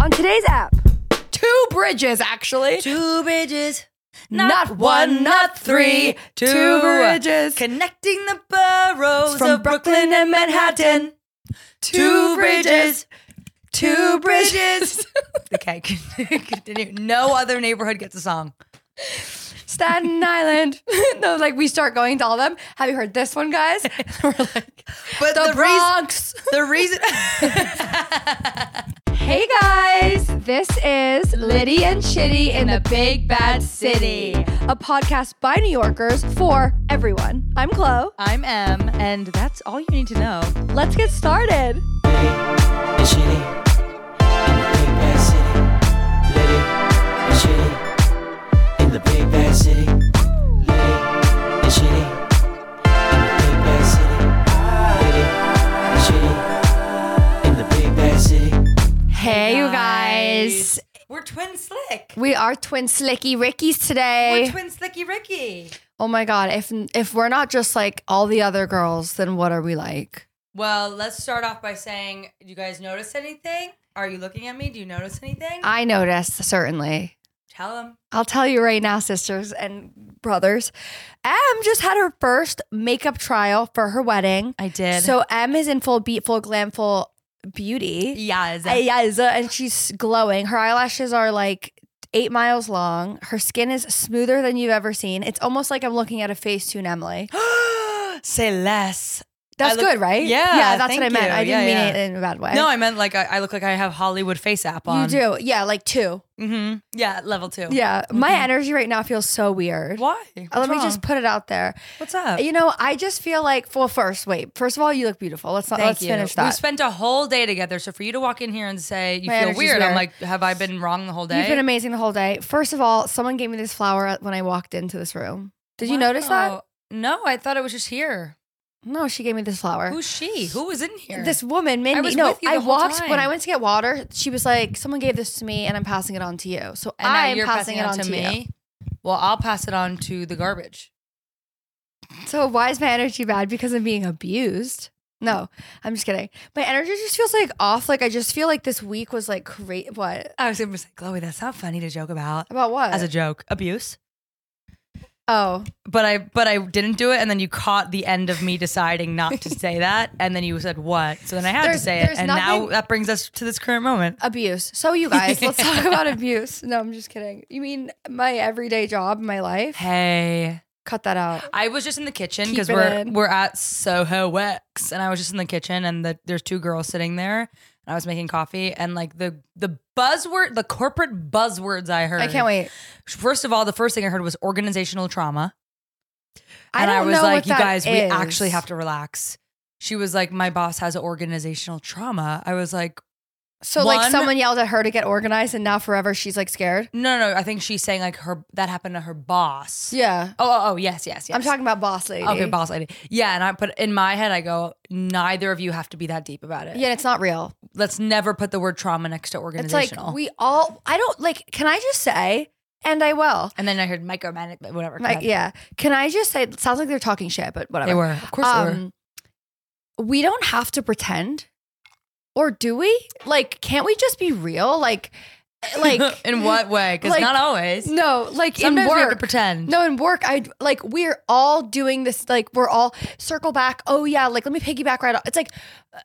on today's app. Two bridges, actually. Two bridges. Not, one, not three. Two, bridges. Connecting the boroughs From of Brooklyn and Manhattan. Two bridges. Two bridges. okay, continue. No other neighborhood gets a song. Staten Island. no, like we start going to all of them. Have you heard this one, guys? We're like, But the, the, Bronx. reason, the reason, hey guys. This is Liddy and Shitty in the Big Bad City, a podcast by New Yorkers for everyone. I'm Chloe. Uh. I'm Em, and that's all you need to know. Let's get started. and shitty in the big bad city. Litty and shitty in the big bad city. Litty and shitty in the big bad city. Litty and shitty in the big bad city. Hey, you guys. We're twin slick. We are twin slicky Rickies We're today. twin slicky Ricky. oh my god! If if we're not just like all the other girls, then what are we like? Well, let's start off by saying, do you guys notice anything? Are you looking at me? Do you notice anything? I noticed certainly. Tell them. I'll tell you right now, sisters and brothers. Em just had her first makeup trial for her wedding. I did. So Em is in full beatful, glamful beauty. yeah, Uh, Yeah, is, uh, and she's glowing. Her eyelashes are like eight miles long. Her skin is smoother than you've ever seen. It's almost like I'm looking at a Facetune Emily. Say less. That's I look- good, right? Yeah, yeah, that's thank what I meant. you. I didn't Yeah, mean yeah. it in a bad way. No, I meant like I, I look like I have Hollywood face app you on. do. Yeah, like two. Mm-hmm. Yeah, level two. Yeah, my energy right now feels so weird. Why? Uh, Let What's me wrong? Uh, just put it out there. What's up? You know, I just feel like well, first, wait. First of all, you look beautiful. Let's not Thank let's you. finish We that. spent a whole day together, so for you to walk in here and say you My feel energy's weird, I'm weird. like, have I been wrong the whole day? You've been amazing the whole day. First of all, someone gave me this flower when I walked into this room. Did you notice that? Wow. Oh, No, I thought it was just here. No, she gave me this flower. Who's she? Who was in here? This woman, Mindy. was no, with you the I whole walked time. when I went to get water. She was like, "Someone gave this to me, and I'm passing it on to you." So and now I'm you're passing, it on to, me. Well, I'll pass it on to the garbage. you. So why is my energy bad? Because I'm being abused. No, I'm just kidding. My energy just feels like off. Like I just feel like this week was like great. What I was gonna say, Chloe, that's not funny to joke about about what? as a joke. Abuse. oh, But I but I didn't do it, and then you caught the end of me deciding not to say that, and then you said what? So then I had There's- to say it, there's and now nothing- Uh, that brings us to this current moment. abuse. So you guys, let's talk about abuse. No, I'm just kidding. You mean my everyday job, my life? Hey. Cut that out. I was just in the kitchen Keep because it we're in. we're at Soho Wex, and I was just in the kitchen, and the, there's two girls sitting there, and I was making coffee, and like the the buzzword, the corporate buzzwords I heard. I can't wait. First of all, the first thing I heard was organizational trauma, I and don't I was know like, what "You that guys, we is." actually have to relax." She was like, "My boss has organizational trauma." I was like, So like One- someone yelled at her to get organized, and now forever she's like scared. "No, no, I think she's saying like her that happened to her boss." Yeah, Oh, oh, oh, yes, yes, yes. I'm talking about boss lady. Okay, boss lady. Yeah, and I put in my head, I go, neither of you have to be that deep about it. Yeah, it's not real. let's never put the word trauma next to It's like organizational. we all. I don't like. Can I just say? And I will. and then I heard micromanagement, whatever. go Like, ahead. yeah. Can I just say? It sounds like they're talking shit, but whatever. they were, of course, they were. um, we don't have to pretend, or do we? Like, can't we just be real? Like, like in what way? Because like, not always. No, like Sometimes in we work. have to pretend. No, in work, I like we're all doing this. Like we're all circle back. Oh yeah, like let me piggyback right. Off. It's like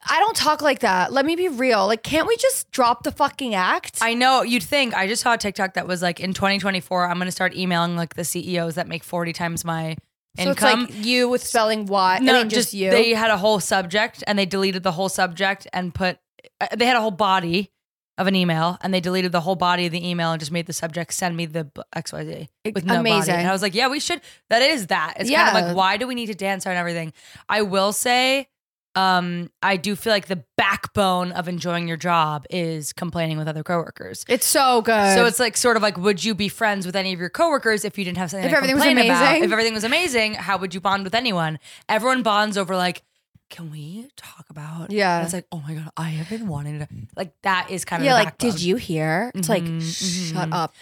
I don't talk like that. Let me be real. Like, can't we just drop the fucking act? I know you'd think. I just saw a TikTok that was like, in 2024, I'm going to start emailing like the CEOs that make 40 times my so it's income. like you with spelling Y. No, no, just, you. They had a whole subject and they deleted the whole subject and put. uh, They had a whole body of an email and they deleted the whole body of the email and just made the subject send me the b- XYZ with no body. Amazing. And I was like, yeah, we should. That is that. It's kind of Yeah. like, why do we need to dance on everything? I will say, um, I do feel like the backbone of enjoying your job is complaining with other coworkers. it's so good. So it's like sort of like, would you be friends with any of your coworkers if you didn't have something If to everything was complain about? amazing. If everything was amazing, how would you bond with anyone? Everyone bonds over like, can we talk about? Yeah. And it's like, oh my god, I have been wanting to. Like that is kind of yeah. the Like, backbone. did you hear? It's like Mhm, shut mhm. up.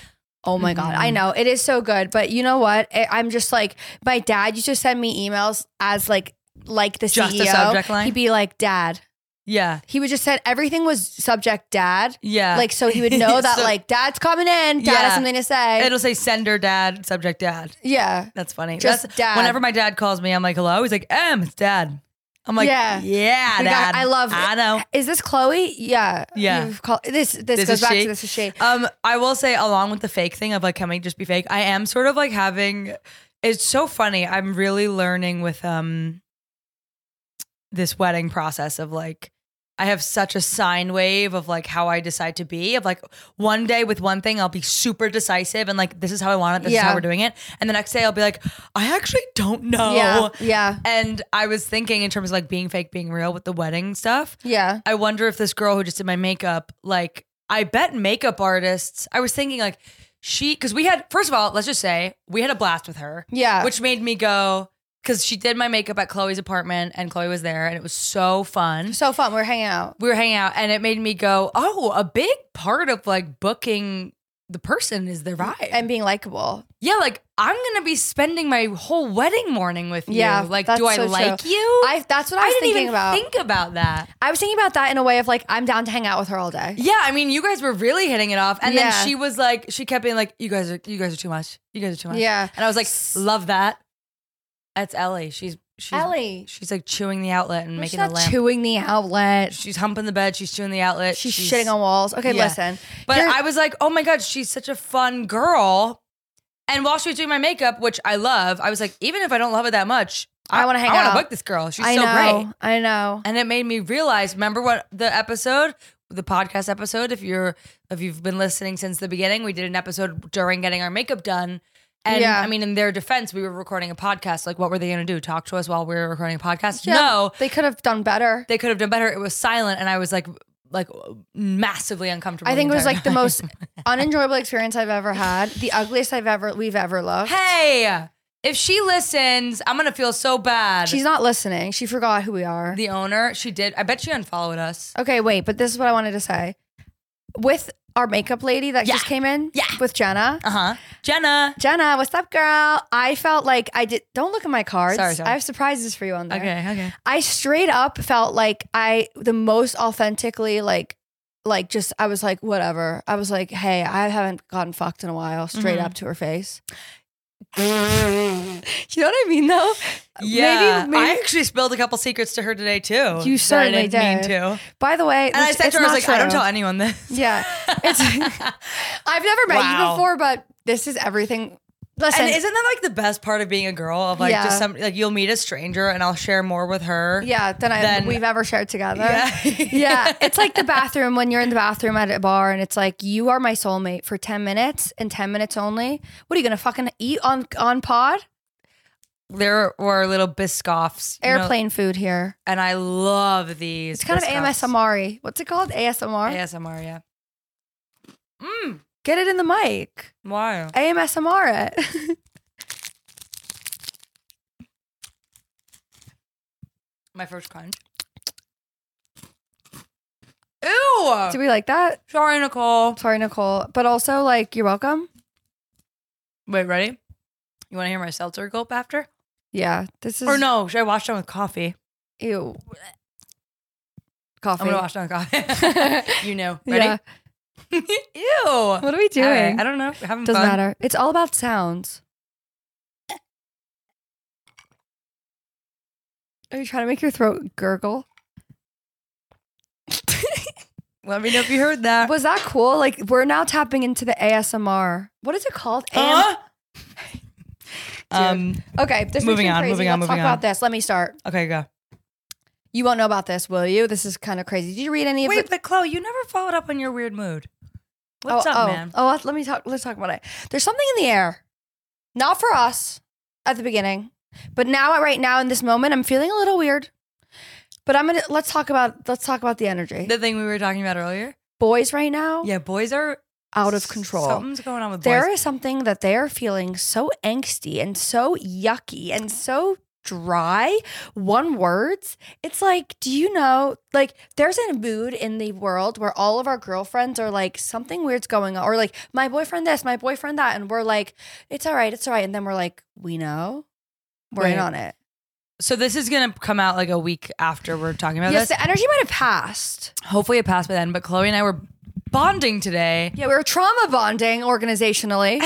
Oh my God. Mm-hmm. I know. It is so good. But you know what? I- I'm just like, my dad used to send me emails as like, like the E Just a CEO. subject line? He'd be like, Dad, Yeah. He would just said everything was subject dad. Yeah. Like so he would know that So- like dad's coming in, dad Yeah. has something to say. It'll say sender dad, subject dad. yeah. That's funny. Just That's, dad. Whenever my dad calls me, I'm like, hello. He's like, M, it's dad. I'm like, Yeah. yeah, yeah, Like, I- dad. I love I know. Is this Chloe? Yeah. Yeah. You've called- this this, This goes is back she. to this is she. Um, I will say, along with the fake thing of like, can we just be fake? I am sort of like having. It's so funny. I'm really learning with um. This wedding process of like, I have such a sine wave of like how I decide to be. Of like, one day with one thing, I'll be super decisive and like, this is how I want it. This is Yeah. how we're doing it. And the next day, I'll be like, I actually don't know. Yeah. Yeah. And I was thinking in terms of like being fake, being real with the wedding stuff. Yeah. I wonder if this girl who just did my makeup, like, I bet makeup artists, I was thinking, like, she, because we had, first of all, let's just say we had a blast with her, Yeah. which made me go, because she did my makeup at Chloe's apartment and Chloe was there and it was so fun. so fun. We We're hanging out. We were hanging out and it made me go, oh, a big part of like booking the person is their vibe. And being likable. yeah, like, I'm going to be spending my whole wedding morning with you. Yeah, Like, that's do I so true. like you? I that's what I was didn't thinking even about. think about that. I was thinking about that in a way of like I'm down to hang out with her all day. Yeah, I mean, you guys were really hitting it off, and Yeah. then she was like, she kept being like, "You guys are, you guys are too much. You guys are too much." Yeah. and I was like, "Love that." That's Ellie. She's she's Ellie. She's like chewing the outlet and She's making the not lamp. chewing the outlet. she's humping the bed. She's chewing the outlet. She's, shitting on walls. Okay, Yeah. listen. But You're- I was like, "Oh my god, she's such a fun girl." And while she was doing my makeup, which I love, I was like, even if I don't love it that much, I wanna hang I out. want to book this girl. She's I so know. great. I know. and it made me realize remember what the episode the podcast episode if you're if you've been listening since the beginning we did an episode during getting our makeup done and Yeah. i mean in their defense we were recording a podcast like what were they going to do talk to us while we were recording a podcast Yeah, no they could have done better. they could have done better it was silent and i was like like massively uncomfortable I think it was like the entire most unenjoyable experience I've ever had. The ugliest I've ever we've ever time. loved. hey if she listens i'm going to feel so bad She's not listening. She forgot who we are. the owner she did i bet she unfollowed us Okay, wait, but this is what I wanted to say. With our makeup lady that Yeah. just came in, Yeah. with Jenna. uh-huh jenna Jenna, what's up, girl? I felt like I did. Don't look at my cards. Sorry, sorry. I have surprises for you on there. okay okay I straight up felt like I the most authentically like like just I was like whatever. I was like, "Hey, I haven't gotten fucked in a while." Straight Mhm. up to her face. you know what I mean though? Yeah, Maybe, maybe I actually spilled a couple secrets to her today too. You certainly that I didn't did. mean to. by the way, And I which- said it's to her, I not was like, I don't true. tell anyone this. Yeah. It's I've never met you Wow. before, but this is everything. Listen. and isn't that like the best part of being a girl? Of like Yeah. just some like you'll meet a stranger and I'll share more with her. yeah, than I Then- we've ever shared together. Yeah. yeah, it's like the bathroom when you're in the bathroom at a bar and it's like you are my soulmate for 10 minutes and 10 minutes only. What are you going to fucking eat on on pod? There were little biscoffs. you know, Airplane food here. and I love these. It's kind of Biscoffs. AMSMR. What's it called? ASMR? ASMR, yeah. Mmm. Get it in the mic. Wow. AMSMR it. My first crunch. Ew. Do we like that? Sorry, Nicole. Sorry, Nicole. But also like you're welcome. Wait, ready? You want to hear my seltzer gulp after? Yeah. This is Or no, should I wash down with coffee? Ew. Coffee. I'm gonna wash down with coffee. you know. Yeah. Ready? Ew. What What are we doing? I don't know. Having Doesn't fun. matter. It's all about sounds. Are you trying to make your throat gurgle? Let me know if you heard that. Was that cool? Like we're now tapping into the ASMR. What is it called? Huh? Dude. um. AM? Okay, this Moving makes me crazy. on, moving Let's on, talk moving about on. this. Let me start. Okay, go. You won't know about this, will you? This is kind of crazy. Did you read any of Wait, it? but Chloe, you never followed up on your weird mood. What's oh, oh, up, man? Oh, let- let me talk. Let's talk about it. There's something in the air, not for us at the beginning, but now, right now, in this moment, I'm feeling a little weird. But I'm gonna let's talk about let's talk about the energy. The thing we were talking about earlier. boys right now Yeah, boys are Oh. out of control. Something's going on with there boys. is something that they are feeling so angsty and so yucky and so dry one words it's like do you know like there's a mood in the world where all of our girlfriends are like something weird's going on or like my boyfriend this my boyfriend that and we're like it's all right it's all right and then we're like we know we're in Right. on it So this is gonna come out like a week after we're talking about Yes, this. the energy might have passed. Hopefully it passed by then. But Chloe and I were bonding today Yeah, we were trauma bonding organizationally.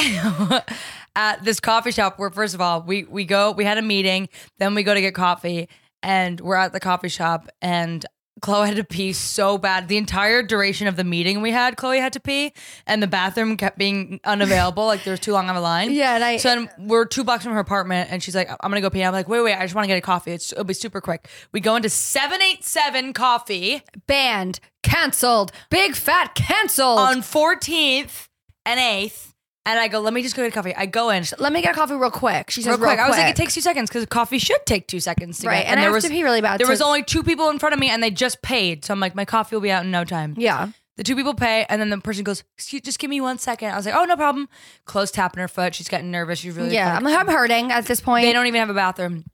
at this coffee shop. Where first of all we we go we had a meeting, then we go to get coffee, and we're at the coffee shop and. Chloe had to pee so bad. The entire duration of the meeting we had, Chloe had to pee, and the bathroom kept being unavailable. Like there was too long of a line. Yeah, and I- so then we're two blocks from her apartment, and she's like, "I'm gonna go pee." I'm like, "Wait, wait, I just want to get a coffee. It's, it'll be super quick." We go into seven eight seven coffee. Banned, canceled, big fat canceled. on 14th and 8th. And I go, let me just go get a coffee. I go in Let me get a coffee real quick. She says, real quick. I was like, it takes two seconds because coffee should take two seconds to Right, get. and I have to pee really bad, There so- was only two people in front of me, and they just paid. So I'm like, my coffee will be out in no time. Yeah. The two people pay, and then the person goes, Excuse, just give me one second. I was like, oh, no problem. Close tapping her foot. She's getting nervous. She's really Yeah, like- I'm, like, I'm hurting at this point. they don't even have a bathroom.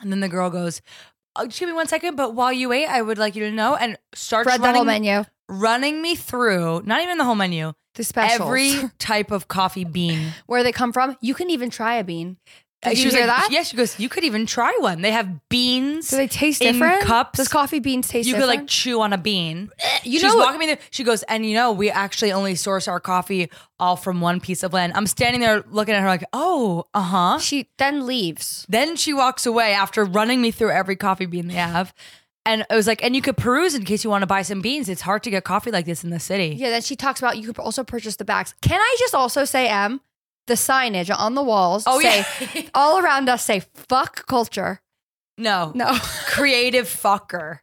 And then the girl goes, oh, just give me one second. But while you wait, I would like you to know and starts read the running, whole menu. running me through, not even the whole menu, The specials. every type of coffee bean. where they come from. You can even try a bean. Did And you hear like, that? Yeah, Uh, she goes, you could even try one. They have beans. Do they taste in different? cups. Does coffee beans taste you could different? like chew on a bean. you She's know- walking me there. She goes, and you know, we actually only source our coffee all from one piece of land. I'm standing there looking at her like, oh, uh huh. she then leaves. Then she walks away after running me through every coffee bean they have. And it was like, and you could peruse in case you want to buy some beans. It's hard to get coffee like this in the city. Yeah, then she talks about you could also purchase the bags. Can I just also say, M, the signage on the walls Oh, say, yeah. all around us say, fuck culture. No. No. creative fucker.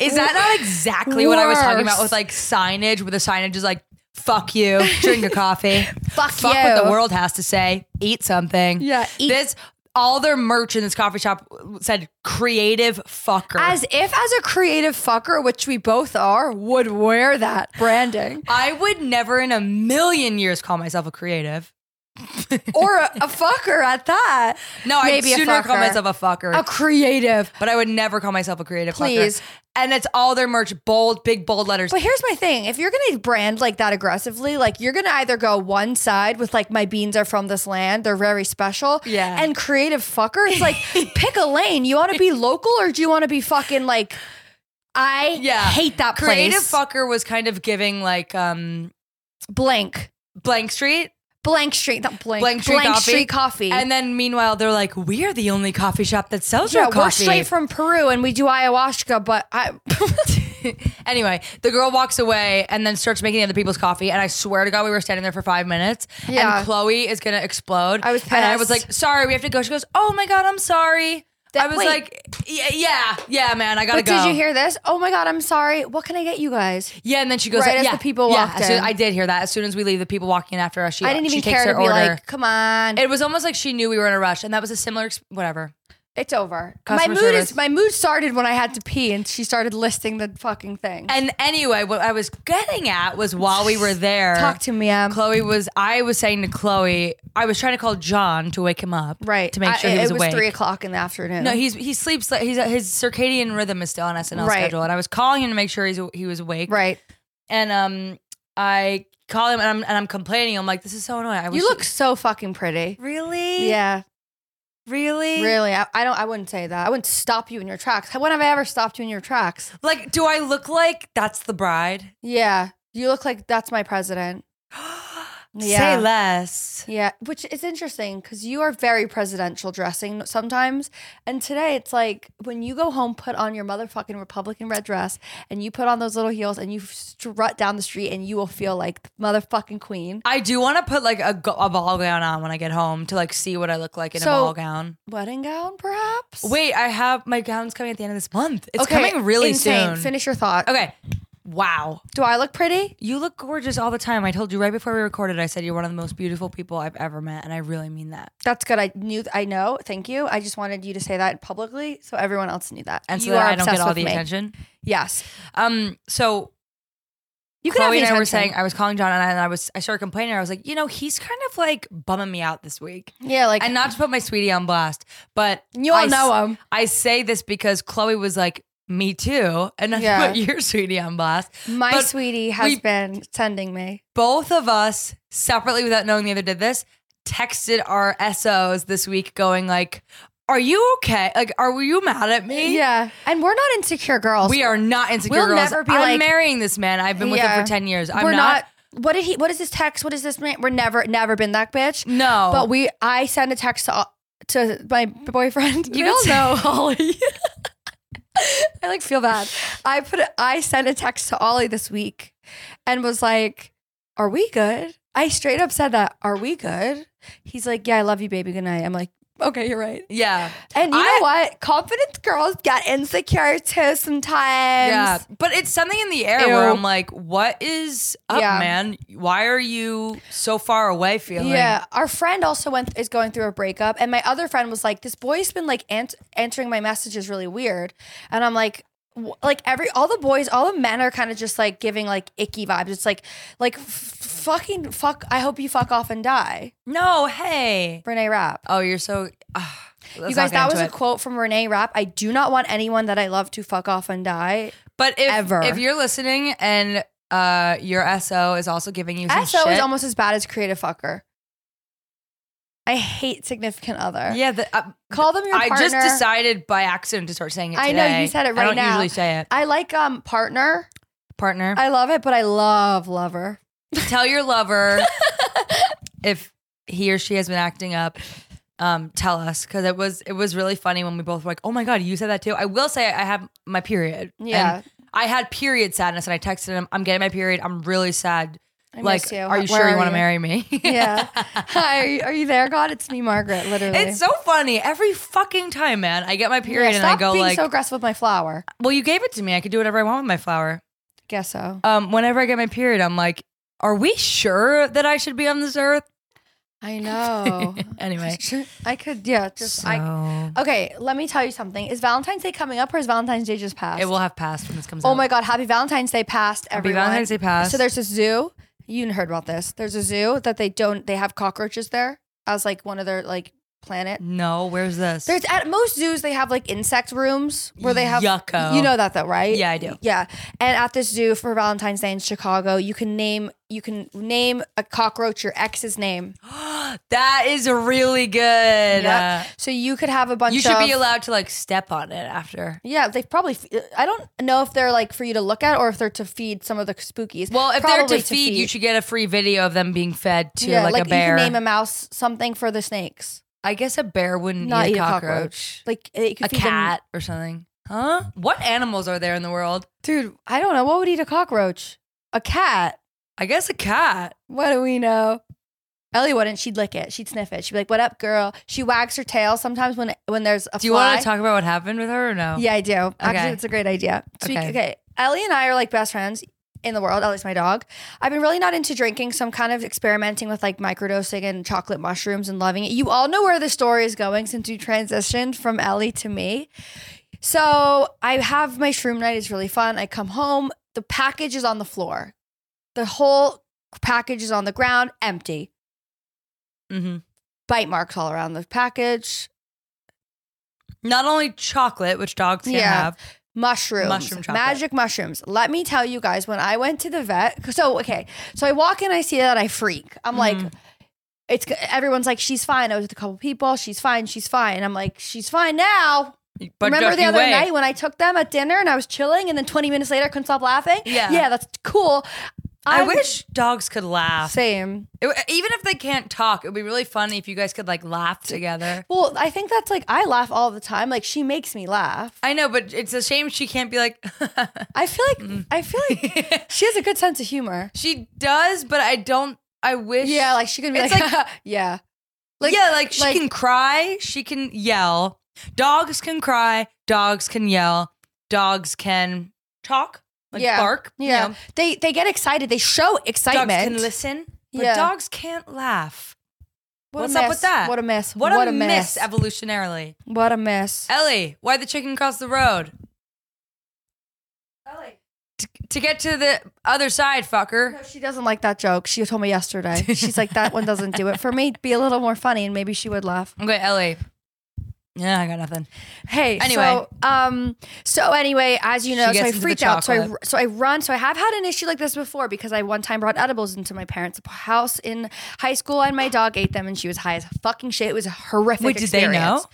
Is that not exactly what I was talking about Worse. with like signage, where the signage is like, fuck you, drink your coffee, Fuck fuck what the you. world has to say, eat something. Yeah, eat- This, all their merch in this coffee shop said creative fucker. As if as a creative fucker, which we both are, would wear that branding. I would never in a million years call myself a creative. or a, a fucker at that. No, Maybe a I'd sooner call fucker. myself a fucker. A creative. but I would never call myself a creative Please. fucker. And it's all their merch, bold, big, bold letters. But here's my thing: if you're gonna brand like that aggressively, like you're gonna either go one side with like my beans are from this land, they're very special, Yeah. and creative fucker. It's like pick a lane. You want to be local or do you want to be fucking like? I yeah. hate that Creative place. fucker was kind of giving like um blank, blank street blank street, not blank, blank street coffee. Street coffee. and then meanwhile they're like we are the only coffee shop that sells yeah, your coffee we're straight from Peru and we do ayahuasca, but I anyway the girl walks away and then starts making the other people's coffee and i swear to god we were standing there for five minutes Yeah. and chloe is gonna explode I was and i was pissed. like sorry we have to go she goes oh my god i'm sorry That- i was wait. like yeah, yeah yeah man i gotta but go did you hear this? Oh my god, I'm sorry. What can I get you guys? yeah and then she goes Right like, as yeah, the people yeah. walked As soon- in. i did hear that as soon as we leave the people walking in after us she I didn't she even takes care to her be order like, come on. It was almost like she knew we were in a rush, and that was a similar ex- whatever. It's over. Customer my mood service. is my mood started when I had to pee and she started listing the fucking thing. And anyway, what I was getting at was while we were there, Talk to me, um, Em. Chloe was. I was saying to Chloe, I was trying to call John to wake him up, right. to make sure I, he was, it was awake. three o'clock in the afternoon. no, he's he sleeps. like- He's his circadian rhythm is still on SNL Right. schedule, and I was calling him to make sure he's he was awake. right. And um, I call him and I'm and I'm complaining. I'm like, this is so annoying. I wish You look so fucking pretty. really, Yeah, really, really. I, I don't. I wouldn't say that. I wouldn't stop you in your tracks. When have I ever stopped you in your tracks? Like, do I look like that's the bride? Yeah, you look like that's my president. Say less. Yeah, which is interesting because you are very presidential dressing sometimes. And today it's like when you go home, put on your motherfucking Republican red dress and you put on those little heels and you strut down the street and you will feel like the motherfucking queen. I do want to put like a, go- a ball gown on when I get home to like see what I look like in a So- ball gown. Wedding gown, perhaps? Wait, I have my gown's coming at the end of this month. It's coming really insane. soon. Finish your thought. Okay. Wow. Do I look pretty? You look gorgeous all the time. I told you right before we recorded, I said you're one of the most beautiful people I've ever met. And I really mean that. That's good. I knew, I know. Thank you. I just wanted you to say that publicly so everyone else knew that. And so you that are I don't get obsessed all with the me. attention. Yes. Um, so You can Chloe have the and I were attention. saying I was calling John and I, and I was I started complaining. I was like, you know, he's kind of like bumming me out this week. Yeah, like, and uh, not to put my sweetie on blast, but You all s- know 'em. I say this because Chloe was like, "Me too," and not Yeah. to put your sweetie on blast. my But sweetie has we- been sending me. Both of us separately, without knowing the other, did this. Texted our SOs this week, going like, are you okay? Like, are you mad at me? Yeah. And we're not insecure girls. We are not insecure We'll girls. never be I'm like- marrying this man. I've been with Yeah. him for 10 years. I'm We're not, not, What did he? What is this text? What is this? man- We're never, never been that bitch. No. But we. I send a text to to my boyfriend. You all Vince. know Holly. I like feel bad. I put. A, I sent a text to Ollie this week, and was like, "Are we good?" I straight up said that. Are we good? He's like, "Yeah, I love you, baby. Good night." I'm like, "Okay, you're right." yeah. And you I- know what? Confident girls get insecure too sometimes. Yeah. But it's something in the air where Ew. I'm like, what is up, Yeah. man? Why are you so far away feeling? Yeah, our friend also went is going through a breakup, and my other friend was like, "This boy's been like ans- answering my messages really weird," and I'm like. wh- Like every all the boys, all the men are kind of just like giving like icky vibes. It's like, like f- fucking fuck. I hope you fuck off and die, No, hey. Renee Rapp. Oh, you're so. Uh, you guys, that was a quote from Renee Rapp. I do not want anyone that I love to fuck off and die. But if, ever. if you're listening and uh, your SO is also giving you some SO shit. is almost as bad as creative fucker. I hate significant other. yeah, the, uh, call them your I partner. just decided by accident to start saying it. I know, you today. said it I right don't now. usually say it. I like um partner. Partner, I love it, but I love lover. tell your lover if he or she has been acting up. Um, tell us because it was it was really funny when we both were like, "Oh my god, you said that too." I will say I have my period. and Yeah. I had period sadness, and I texted him, "I'm getting my period. I'm really sad. I like, miss you. are you Where sure you are want to you?" marry me?" Yeah. Hi, are you, are you there, God? It's me, Margaret. Literally. It's so funny every fucking time, man. I get my period Yeah, and stop I go being like, so aggressive with my flower. "Well, you gave it to me. I could do whatever I want with my flower." Guess so. um, whenever I get my period, I'm like, are we sure that I should be on this earth? I know. Anyway, I could. Yeah. Just. so I. Okay. Let me tell you something. Is Valentine's Day coming up, or is Valentine's Day just passed? it will have passed when this comes out. Oh my God! Happy Valentine's Day passed. Happy Everyone. Valentine's Day passed. So there's a zoo. You heard about this. There's a zoo that they don't. They have cockroaches there as like one of their like planet. no. Where's this? There's at most zoos they have like insect rooms where they have Yucko. You know that though, right? Yeah, I do. Yeah, and at this zoo for Valentine's Day in Chicago, you can name you can name a cockroach your ex's name. that is really good. Yep. Uh, So you could have a bunch. you should be of- allowed to like step on it after. Yeah, they probably. f- I don't know if they're like for you to look at or if they're to feed some of the spookies. Well, if Probably they're to feed, you should get a free video of them being fed to yeah, like, a bear. You can name a mouse something for the snakes, I guess a bear wouldn't not eat eat a cockroach. Like it could a feed them- cat or something. Huh? What animals are there in the world? dude. I don't know what would eat a cockroach. A cat. I guess a cat. What do we know? Ellie wouldn't. She'd lick it. She'd sniff it. She'd be like, "What up, girl?" She wags her tail sometimes when when there's a Do you fly. want to talk about what happened with her or no? Yeah, I do. Oh. Okay. Actually, it's a great idea. So we- Okay. okay. Ellie and I are like best friends in the world. Ellie's my dog. I've been really not into drinking, so I'm kind of experimenting with like microdosing and chocolate mushrooms and loving it. You all know where the story is going since you transitioned from Ellie to me. So I have my shroom night. It's really fun. I come home. The package is on the floor. The whole package is on the ground, empty. Mm-hmm. Bite marks all around the package. not only chocolate, which dogs can Yeah. have. mushrooms, Mushroom chocolate. magic mushrooms. Let me tell you guys, when I went to the vet, so okay, so I walk in, I see that, I freak. I'm Mm-hmm. like, it's everyone's like, she's fine. I was with a couple people, she's fine, she's fine. I'm like, she's fine now. But Remember just the other wait. night when I took them at dinner and I was chilling, and then 20 minutes later I couldn't stop laughing. Yeah. yeah, that's cool. I I'm- wish dogs could laugh. same. It w- even if they can't talk, it would be really funny if you guys could like laugh together. Well, I think that's like I laugh all the time. Like she makes me laugh. I know, but it's a shame she can't be like. I feel like Mm. I feel like she has a good sense of humor. she does, but I don't. I wish. Yeah, like she could be It's like, yeah. yeah, like she like- can cry, she can yell. Dogs can cry, dogs can yell, dogs can talk, like Yeah. bark. you Yeah. know. They they get excited. They show dogs excitement. can listen, but Yeah. dogs can't laugh. What a What's up mess. with that? What a mess. What, a, miss mess. evolutionarily. What a mess. Ellie, why the chicken cross the road? Ellie. To, to get to the other side, fucker. No, she doesn't like that joke. She told me yesterday. She's like, that one doesn't do it for me. Be a little more funny and maybe she would laugh. Okay, Ellie. Yeah, I got nothing. Hey, Anyway. So, um, so anyway, as you know, She so gets I into the freaked out. So I, chocolate. so I run. So I have had an issue like this before because I one time brought edibles into my parents' house in high school and my dog ate them and she was high as fucking shit. It was a horrific Wait, did they know? experience.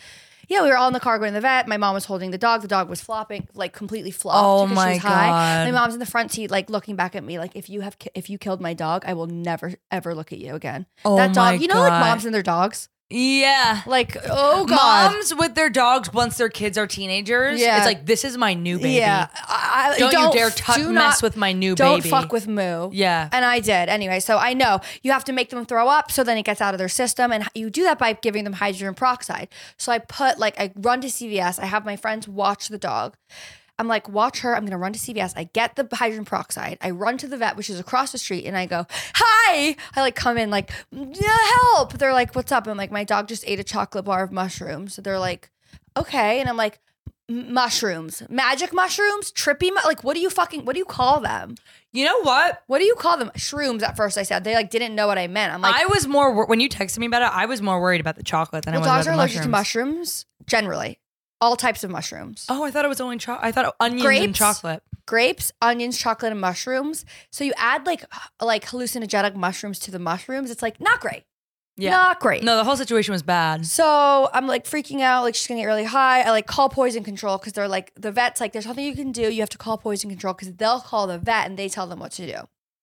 yeah, we were all in the car going to the vet. My mom was holding the dog. The dog was flopping, like completely flopped. Oh because my she was high. God. My mom's in the front seat, like looking back at me, like if you have ki- if you killed my dog, I will never ever look at you again. Oh that dog, my you know, like God. moms and their dogs. Yeah. Like oh god, Moms with their dogs once their kids are teenagers. Yeah. It's like this is my new baby. yeah. I, I- Don't, you dare f- touch do mess not- with my new Don't baby. fuck with Moo. Yeah. And I did anyway. So I know you have to make them throw up so then it gets out of their system. And you do that by giving them hydrogen peroxide. So I put, like, I run to CVS. I have my friends watch the dog. I'm like, watch her. I'm going to run to CVS. I get the hydrogen peroxide. I run to the vet, which is across the street, and I go, Hi. I like come in, like, "Yeah, help. They're like, What's up? I'm like, My dog just ate a chocolate bar of mushrooms. So they're like, Okay. And I'm like, "M- Mushrooms, magic mushrooms, trippy, mu- like, what do you fucking, what do you call them? You know what? What do you call them? Shrooms at first I said. They like didn't know what I meant. I'm like, I was more wor- when you texted me about it. I was more worried about the chocolate than well, I dogs was about are the allergic mushrooms. to mushrooms generally. All types of mushrooms. Oh, I thought it was only chocolate. I thought onions and Grapes? chocolate. Grapes, onions, chocolate, and mushrooms. So you add like h- like hallucinogenic mushrooms to the mushrooms. It's like not great. Yeah. Not great. No, the whole situation was bad. So I'm like freaking out, like she's gonna get really high. I like call poison control because they're like the vet's like, there's nothing you can do. You have to call poison control because they'll call the vet and they tell them what to do.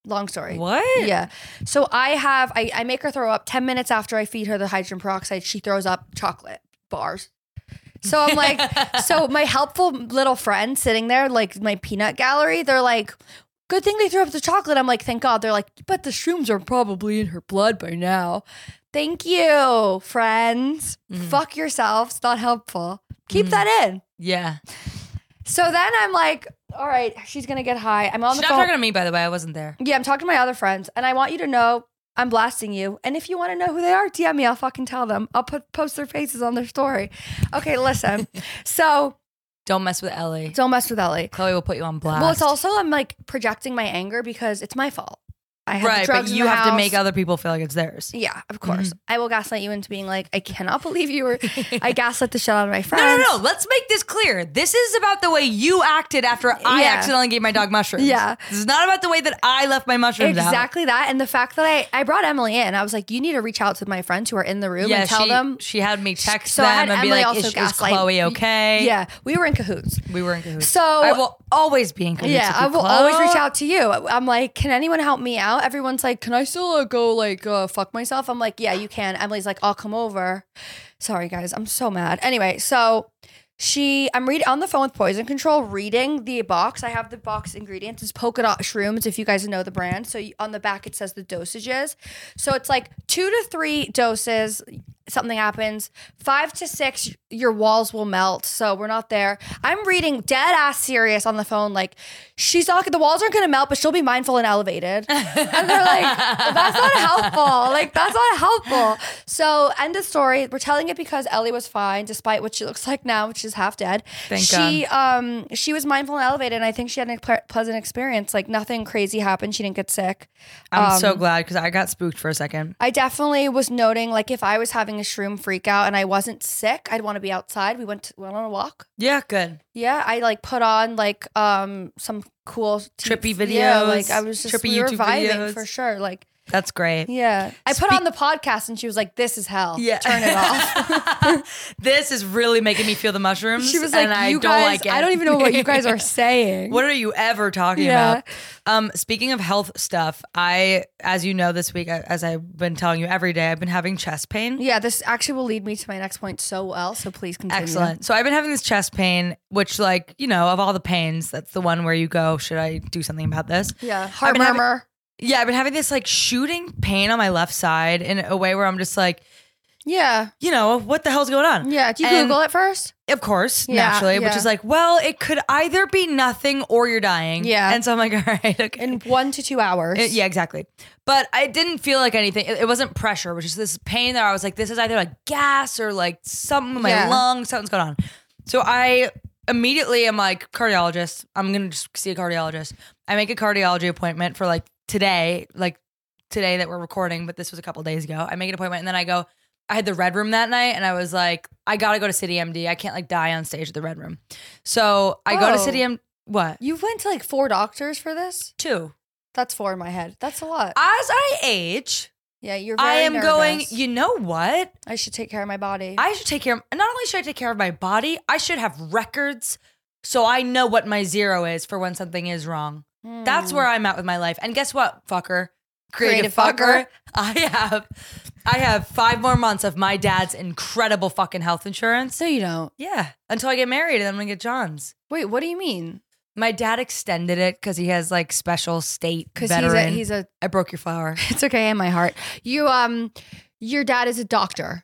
Long story. What? Yeah. So I have I, I make her throw up ten minutes after I feed her the hydrogen peroxide. She throws up chocolate bars. So I'm like, so my helpful little friend sitting there, like my peanut gallery, they're like, good thing they threw up the chocolate. I'm like, thank God. They're like, but the shrooms are probably in her blood by now. Thank you, friends. Mm-hmm. Fuck yourselves. not helpful. Keep that in. Yeah. So then I'm like, all right, she's gonna get high. I'm on She's the not phone. talking to me, by the way. I wasn't there. Yeah, I'm talking to my other friends, and I want you to know I'm blasting you. And if you want to know who they are, DM me. I'll fucking tell them. I'll put post their faces on their story. Okay, listen. so Don't mess with Ellie. don't mess with Ellie. Chloe will put you on blast. Well, it's also I'm like projecting my anger because it's my fault. I have right, the drugs but in you the have to house. make Mm-hmm. other people feel like it's theirs. Yeah, of course. I will gaslight you into being like, I cannot believe you were. I gaslit the shit out of my friends. No, no, no. Let's make this clear. This is about the way you acted after I Yeah. accidentally gave my dog mushrooms. Yeah. This is not about the way that I left my mushrooms out. Exactly that. And the fact that I, I brought Emily in, I was like, you need to reach out to my friends who are in the room Yeah, and tell she, them. she had me text So I them had and be Emily like, also is, is gaslight- Chloe okay? Yeah, we were in cahoots. We were in cahoots. So- I will always be in cahoots. Yeah, with you, I will always Chloe. reach out to you. I'm like, can anyone help me out? Everyone's like, can I still uh, go like uh, fuck myself? I'm like, yeah, you can. Emily's like, I'll come over. Sorry guys, I'm so mad. Anyway, so she, I'm reading on the phone with Poison Control, reading the box. I have the box ingredients. It's polka dot shrooms, if you guys know the brand. So you- on the back it says the dosages. So it's like two to three doses. Something happens. Five to six, your walls will melt. So we're not there. I'm reading dead ass serious on the phone. Like she's not. The walls aren't going to melt, but she'll be mindful and elevated. and they're like, that's not helpful. Like that's not helpful. So end of story. We're telling it because Ellie was fine, despite what she looks like now, which is half dead. Thank she um she was mindful and elevated, and I think she had a ple- pleasant experience. Like nothing crazy happened. She didn't get sick. I'm so um, glad because I got spooked for a second. I definitely was noting like if I was having a shroom freak out and I wasn't sick, I'd want to be outside. We went to, went on a walk. Yeah, good. Yeah, I like put on like um some cool t- Trippy Yeah, like videos, I was just trippy we were YouTube vibing videos. for sure. Like That's great. yeah, I put Spe- on the podcast and she was like, "This is hell. Yeah. turn it off." this is really making me feel the mushrooms. She was like, and I "You don't guys, like it. I don't even know what you guys are saying." What are you ever talking Yeah. about? Um, speaking of health stuff, I, as you know, this week, as I've been telling you every day, I've been having chest pain. yeah, this actually will lead me to my next point so well. So please continue. Excellent. So I've been having this chest pain, which, like, you know, of all the pains, that's the one where you go, should I do something about this? Yeah, I've heart been having- murmur. Yeah, I've been having this like shooting pain on my left side in a way where I'm just like, yeah, you know, what the hell's going on? yeah. Do you And- Google it first? Of course, Yeah, naturally, which yeah. is like, well, it could either be nothing or you're dying. Yeah. And so I'm like, all right, okay. In one to two hours. It- yeah, exactly. But I didn't feel like anything. It, it wasn't pressure, which is this pain that I was like, this is either like gas or like something in my Yeah. lung, something's going on. So I immediately am like, cardiologist, I'm going to just see a cardiologist. I make a cardiology appointment for like today, like today that we're recording, but this was a couple days ago. I make an appointment and then I go, I had the red room that night and I was like, I got to go to City MD. I can't like die on stage at the red room. So I go to Oh. City MD. What? You went to like four doctors for this? Two. That's four in my head. That's a lot. As I age, Yeah, you're. Very I am going, nervous. you know what? I should take care of my body. I should take care of, not only should I take care of my body, I should have records so I know what my zero is for when something is wrong. That's where I'm at with my life. And guess what, Hmm. fucker? Creative fucker. I have I have five more months of my dad's incredible fucking health insurance. so you don't. Yeah. Until I get married and then I'm gonna get John's. Wait, what do you mean? My dad extended it because he has like special state Because he's a veteran. he's a. I broke your flower. It's okay in my heart. You um, your dad is a doctor,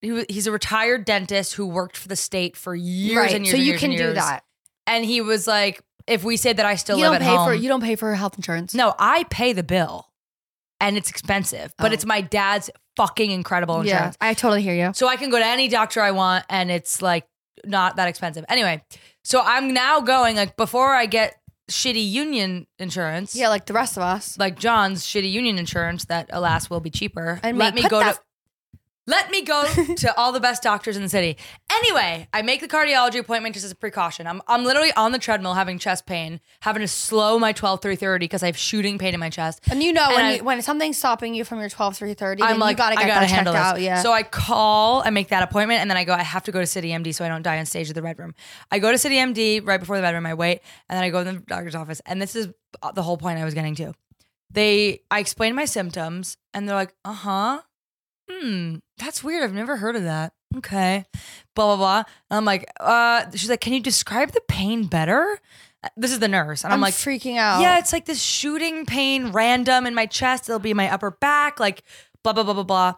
He, wa- he's a retired dentist who worked for the state for years right? and years. so and you years can and do years. that. And he was like, if we say that I still you live don't at pay home, for you don't pay for health insurance. No, I pay the bill and it's expensive, but Oh. it's my dad's fucking incredible yeah, insurance. I totally hear you. So I can go to any doctor I want and it's like not that expensive. Anyway, so I'm now going like before I get shitty union insurance. Yeah, like the rest of us. Like John's shitty union insurance that alas will be cheaper. And let me, me put go that- to let me go to all the best doctors in the city. Anyway, I make the cardiology appointment just as a precaution. I'm, I'm literally on the treadmill having chest pain, having to slow my 12 through 30 because I have shooting pain in my chest. And you know and when I- you, when something's stopping you from your twelve three thirty, I'm then like, you gotta get I gotta that checked handle this. out. Yeah. So I call, I make that appointment, and then I go, I have to go to City MD so I don't die on stage at the Red Room. I go to City MD right before the Red Room, I wait, and then I go to the doctor's office. And this is the whole point I was getting to. They, I explain my symptoms, and they're like, uh huh. Hmm, that's weird. I've never heard of that. Okay. Blah, blah, blah. And I'm like, uh, she's like, can you describe the pain better? Uh, This is the nurse. And I'm, I'm like, freaking out. yeah, it's like this shooting pain random in my chest. It'll be in my upper back, like blah, blah, blah, blah, blah.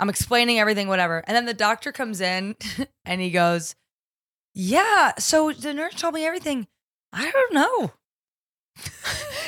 I'm explaining everything, whatever. And then the doctor comes in and he goes, Yeah, so the nurse told me everything. I don't know.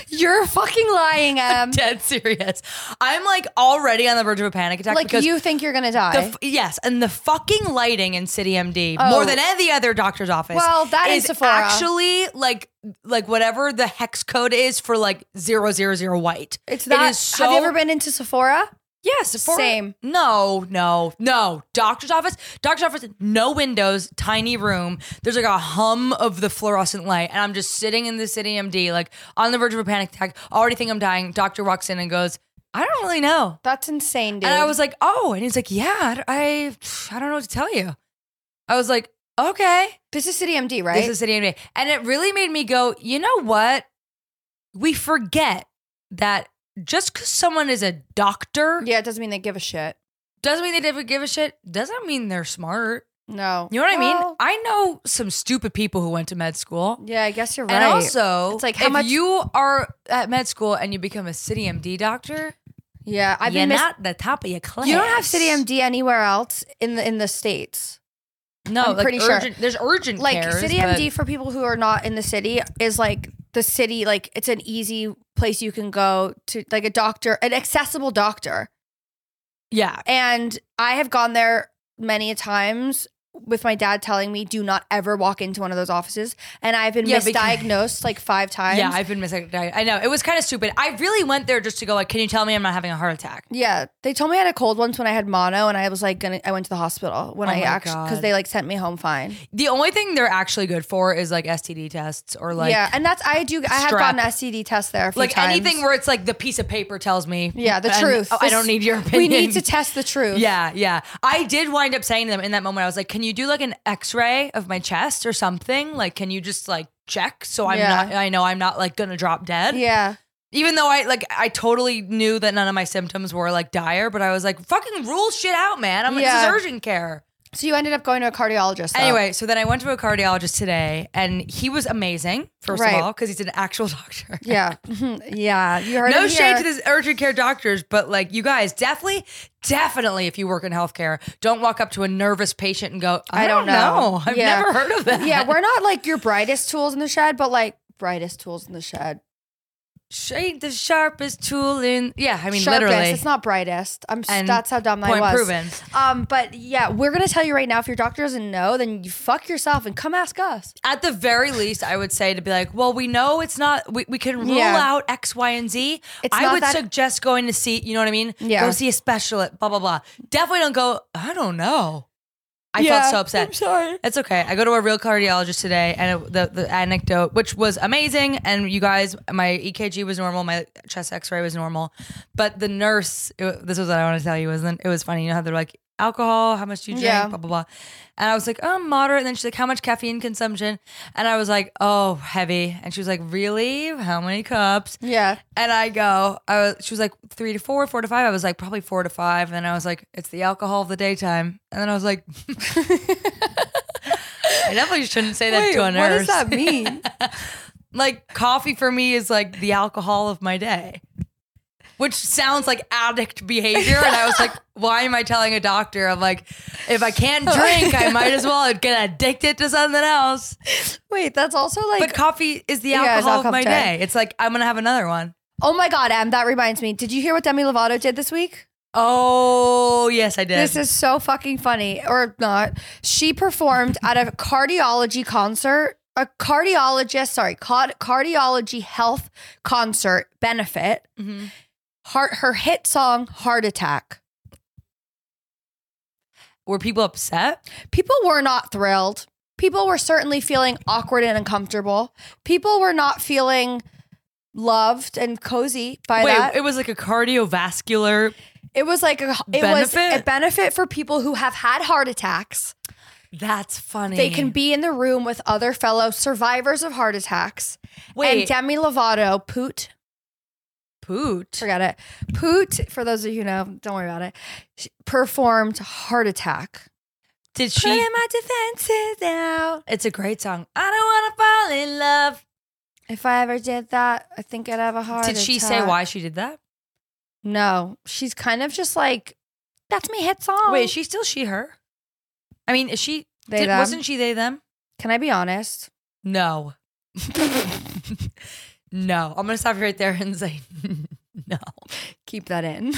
you're fucking lying, Em. Dead serious. I'm like already on the verge of a panic attack like because you think you're gonna the die. f- yes, and the fucking lighting in City MD Oh. more than any other doctor's office. well, that is is Sephora. actually like like whatever the hex code is for like zero zero zero white. it's it that. is Have you so- ever been into Sephora? Yes, Sephora. Same. No, no, no. Doctor's office. Doctor's office. No windows. Tiny room. There's like a hum of the fluorescent light, and I'm just sitting in the city MD, like on the verge of a panic attack. Already think I'm dying. Doctor walks in and goes, "I don't really know." That's insane, dude. And I was like, "Oh," and he's like, "Yeah, I, I, I don't know what to tell you." I was like, "Okay." this is City MD, right? This is City MD. And it really made me go, you know what? We forget that just because someone is a doctor yeah, it doesn't mean they give a shit. doesn't mean they didn't give a shit. Doesn't mean they're smart. No. You know what I mean? Well, I know some stupid people who went to med school. yeah, I guess you're right. And also, It's like, how if much- you are at med school and you become a City MD doctor, yeah, I've you're been miss- not the top of your class. You don't have City MD anywhere else in the in the states. No, I'm like pretty sure. urgent, There's urgent Like cares, City but- MD for people who are not in the city is like the city. Like it's an easy place you can go to, like a doctor, an accessible doctor. Yeah, And I have gone there many a times with my dad telling me, "Do not ever walk into one of those offices." And I've been Yeah, because- misdiagnosed like five times. yeah. I've been misdiagnosed. I know it was kind of stupid. I really went there just to go. Like, can you tell me I'm not having a heart attack? Yeah, they told me I had a cold once when I had mono, and I was like, gonna. I went to the hospital when Oh I my actually because God. they like sent me home fine. The only thing they're actually good for is like STD tests or like yeah, and that's I do. I have strep. gotten STD test there. A few like times. anything where it's like the piece of paper tells me. Yeah, the and truth. I This- don't need your opinion. we need to test the truth. Yeah, yeah. I did wind up saying to them in that moment, I was like, can you do like an x ray of my chest or something? Like, can you just like check so I'm Yeah. not, I know I'm not like gonna drop dead? yeah. Even though I like, I totally knew that none of my symptoms were like dire, but I was like, fucking rule shit out, man. I'm like, this Yeah. is urgent care. So you ended up going to a cardiologist. though. Anyway, so then I went to a cardiologist today and he was amazing, first Right. of all, because he's an actual doctor. yeah, Mhm. yeah, you heard no it shade here. to this urgent care doctors, but like you guys, definitely, definitely, if you work in healthcare, don't walk up to a nervous patient and go, "I, I don't know. I've Yeah. never heard of that." Yeah, we're not like your brightest tools in the shed, but like brightest tools in the shed. Sh- ain't the sharpest tool in. Yeah, I mean, Sharpest. literally. It's not brightest. I'm. s- And that's how dumb I point was. proven. Um, but yeah, we're gonna tell you right now. If your doctor doesn't know, then you fuck yourself and come ask us. At the very least, I would say to be like, "Well, we know it's not. We, we can rule Yeah. out X, Y, and Z." It's I not would that- suggest going to see. You know what I mean? Yeah. Go see a specialist. Blah blah blah. Definitely don't go. I don't know. I felt so upset. I'm sorry. It's okay. I go to a real cardiologist today, and it, the the anecdote, which was amazing, and you guys, my EKG was normal, my chest X-ray was normal, but the nurse, it, this was what I want to tell you, wasn't it? Was funny, you know how they're like alcohol, how much do you drink, Yeah. blah blah blah, and I was like, um, moderate, and then she's like, how much caffeine consumption, and I was like, oh, heavy, and she was like, really, how many cups, Yeah. and I go, I was, she was like three to four, four to five. I was like probably four to five. And then I was like, it's the alcohol of the daytime. And then I was like, I definitely shouldn't say that to a what does nurse. that mean? like coffee for me is like the alcohol of my day, which sounds like addict behavior. And I was like, why am I telling a doctor? I'm like, if I can't drink, I might as well get addicted to something else. Wait, that's also like But coffee is the Yeah, alcohol, it's of alcohol my of day. day. It's like, I'm going to have another one. Oh my god, Em, that reminds me. Did you hear what Demi Lovato did this week? Oh, yes, I did. This is so fucking funny, or not. She performed at a cardiology concert, a cardiologist, sorry, card- cardiology health concert benefit. Mhm. Heart, her hit song "Heart Attack." Were people upset? People were not thrilled. People were certainly feeling awkward and uncomfortable. People were not feeling loved and cozy by Wait, that. it was like a cardiovascular. It was like a it was a Benefit? benefit for people who have had heart attacks. That's funny. They can be in the room with other fellow survivors of heart attacks. And Wait, Demi Lovato, Poot, poot. forget it. Poot, for those of you who know, don't worry about it, she performed Heart Attack. Did Putting she? my defenses down. It's a great song. I don't want to fall in love. If I ever did that, I think I'd have a heart Did attack. she say why she did that? No. She's kind of just like, that's me hit song. Wait, is she still she her? I mean, is she? Oh. They, did, them. wasn't she they them? Can I be honest? No. no. I'm gonna stop you right there and say no. Keep that in.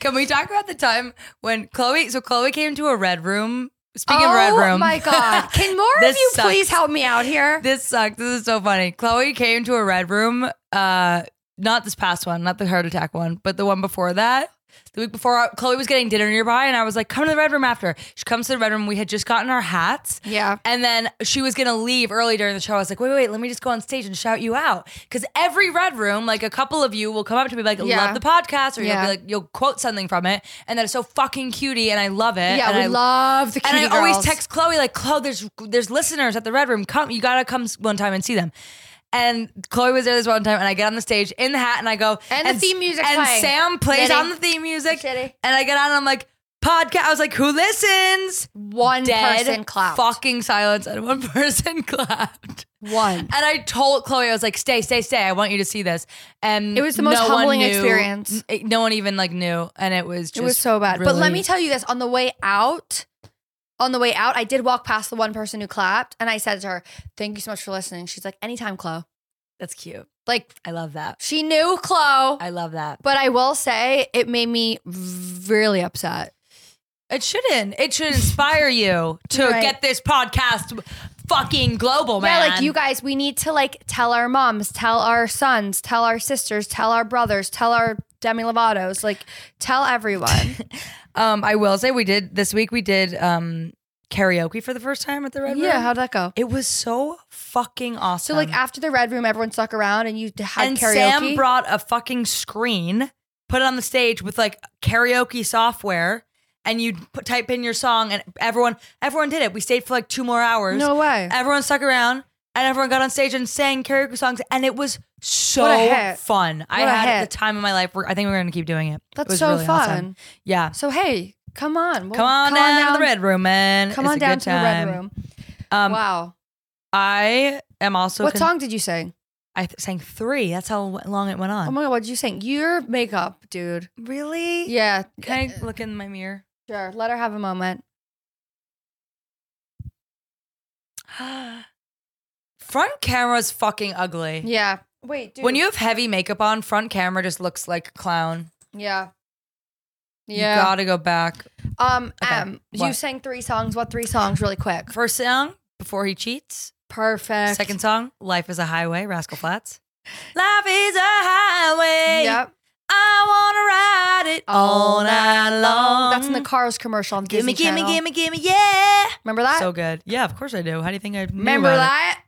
Can we talk about the time when Chloe? So Chloe came to a red room. Speaking of red room, Oh my God. Can more of This you please sucks. help me out here? this sucks. This is so funny. Chloe came to a red room, uh, not this past one, not the heart attack one, but the one before that. The week before, I- Chloe was getting dinner nearby, and I was like, "Come to the red room after." She comes to the red room. We had just gotten our hats, Yeah. and then she was gonna leave early during the show. I was like, "Wait, wait, wait let me just go on stage and shout you out," because every red room, like a couple of you, will come up to me like, Yeah. "Love the podcast," or Yeah. you'll be like, "You'll quote something from it," and that is so fucking cutie, and I love it. Yeah, and we I love the cutie and I always girls. text Chloe like, Chloe, there's there's listeners at the Red Room. Come, you gotta come s- one time and see them. And Chloe was there this one time, and I get on the stage in the hat, and I go, And the theme music's and playing. Sam plays Shitty. on the theme music, Shitty. and I get on, and I'm like, podcast. I was like, who listens? One Dead person clapped. fucking silence, and one person clapped. One. And I told Chloe, I was like, stay, stay, stay. I want you to see this. And It was the most one humbling knew- experience. n- No one even like knew, and it was just It was so bad. But let really- me tell you this on the way out, on the way out, I did walk past the one person who clapped and I said to her, Thank you so much for listening. She's like, Anytime, Chloe. that's cute. Like, I love that. she knew Chloe, I love that. but I will say it made me really upset. It shouldn't. It should inspire you to Right. get this podcast fucking global, man. Yeah, like you guys, we need to like tell our moms, tell our sons, tell our sisters, tell our brothers, tell our Demi Lovato's, like tell everyone. Um, I will say we did this week. We did um karaoke for the first time at the Red yeah, Room. how'd that go? it was so fucking awesome. So like after the red room, everyone stuck around and you had Um, and karaoke. Sam brought a fucking screen, put it on the stage with like karaoke software, and you put, type in your song, and everyone everyone did it. We stayed for like two more hours. no way. Everyone stuck around and everyone got on stage and sang karaoke songs and it was so What a hit. fun. I What a had hit. the time of my life. We're- I think we're going to keep doing it. That's It was so really fun. awesome. Yeah. So hey, come on, Well, Come on down, to the red room, man. Come It's on a down good to the red time. room. Um, wow. I am also. what con- song did you sing? I th- sang three. That's how w- long it went on. Oh my god, what did you sing? Your makeup, dude. really? Yeah, Can I look in my mirror? sure. Let her have a moment. front camera's fucking ugly. Yeah. Wait, dude. When you have heavy makeup on, front camera just looks like a clown. yeah. You Yeah. gotta go back. um, Okay, Em, you what? sang three songs. What three songs, really quick? First song, Before He Cheats. Perfect. Second song, Life is a Highway, Rascal Flats. Life is a highway. Yep. I want to ride it all night long. That's in the Cars commercial on Disney gimme, Channel. gimme, gimme, yeah. Remember that? So good. Yeah, of course I do. How do you think I knew Remember about that? It?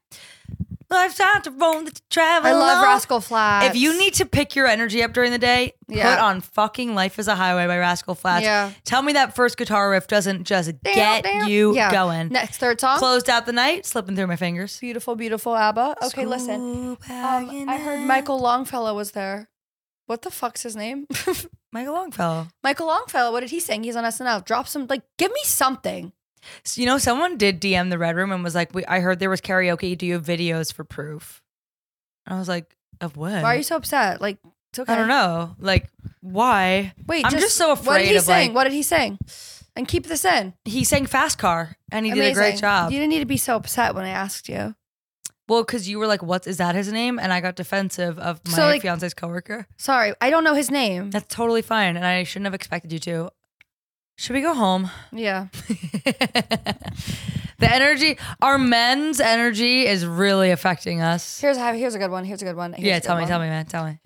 Life's time to roam, to travel. I love alone. Rascal Flatts. If you need to pick your energy up during the day, Yeah. put on fucking Life is a Highway by Rascal Flatts. Yeah. Tell me that first guitar riff doesn't just Down, get down. you Yeah. going. Next third song. Closed out the night, slipping through my fingers. Beautiful, beautiful ABBA. Okay, listen. Um, I heard Michael Longfellow was there. What the fuck's his name? Michael Longfellow. Michael Longfellow. What did he sing? He's on SNL. Drop some. Like, give me something. So, you know, someone did DM the Red Room and was like, we, I heard there was karaoke. Do you have videos for proof? And I was like, of what? Why are you so upset? Like, it's okay. I don't know. Like, why? Wait, I'm just so What did afraid he of, sing? like- what did he sing? And keep this in. He sang Fast Car and he did a great Amazing. job. You didn't need to be so upset when I asked you. Well, because you were like, "What is that his name?" and I got defensive of my So, like- fiance's coworker. Sorry, I don't know his name. That's totally fine, and I shouldn't have expected you to. Should we go home? Yeah. the energy, our men's energy, is really affecting us. Here's a here's a good one. Here's a good one. Here's yeah, a good tell me, one. tell me, man, tell me.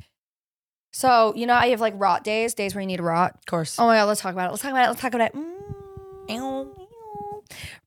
So you know, I have like rot days, days where you need to rot. Of course. Oh my god, let's talk about it. Let's talk about it. Let's talk about it. Mm.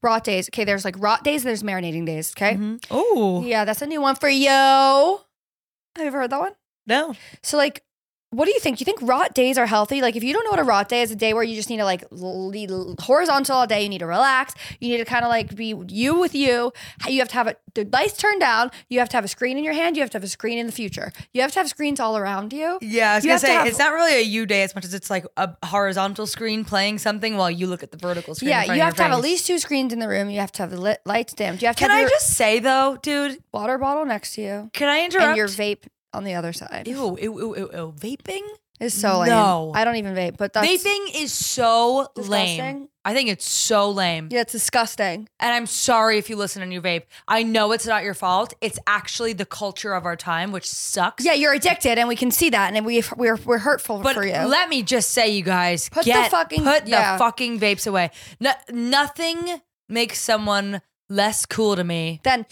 Rot days. Okay, there's like rot days. There's marinating days. Okay. Oh Yeah, that's a new one for you. Have you ever heard that one? no! So like, what do you think? You think rot days are healthy? Like, if you don't know what a rot day is, a day where you just need to like l- l- horizontal all day. You need to relax. You need to kind of like be you with you. You have to have a, the lights turned down. You have to have a screen in your hand. You have to have a screen in the future. You have to have screens all around you. Yeah, I was You gonna have to say have- it's not really a you day as much as it's like a horizontal screen playing something while you look at the vertical screen. in Yeah, front you of have to your have at face. least two screens in the room. You have to have the lit- lights dimmed. You have to Can have I your just say though, dude? water bottle next to you Can I interrupt? and your vape on the other side. ew, ew, ew, ew, ew, vaping. It's so lame. No. I don't even vape, but that's Vaping is so lame. Disgusting. I think it's so lame. Yeah, it's disgusting. And I'm sorry if you listen and you vape. I know it's not your fault. It's actually the culture of our time, which sucks. Yeah, you're addicted, and we can see that, and we we're we're hurtful But for you. let me just say, you guys, Put the get- fucking- put yeah. the fucking vapes away. No, nothing makes someone less cool to me then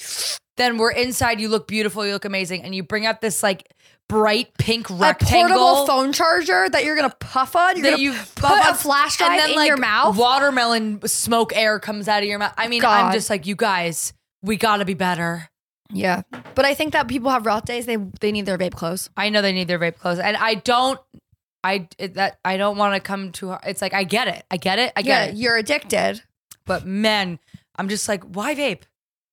than we're inside. You look beautiful, you look amazing, and you bring out this like bright pink a rectangle portable phone charger that you're gonna puff on. You're that gonna you put a flashlight and then, in like, your mouth. Watermelon smoke air comes out of your mouth. I mean, I'm God. just like, you guys, we gotta be better. yeah, but I think that people have rot days. They they need their vape clothes. I know they need their vape clothes, and I don't. I it, that I don't want to come too hard. It's like I get it, I get it, I yeah, get it. you're addicted. But man, I'm just like, why vape?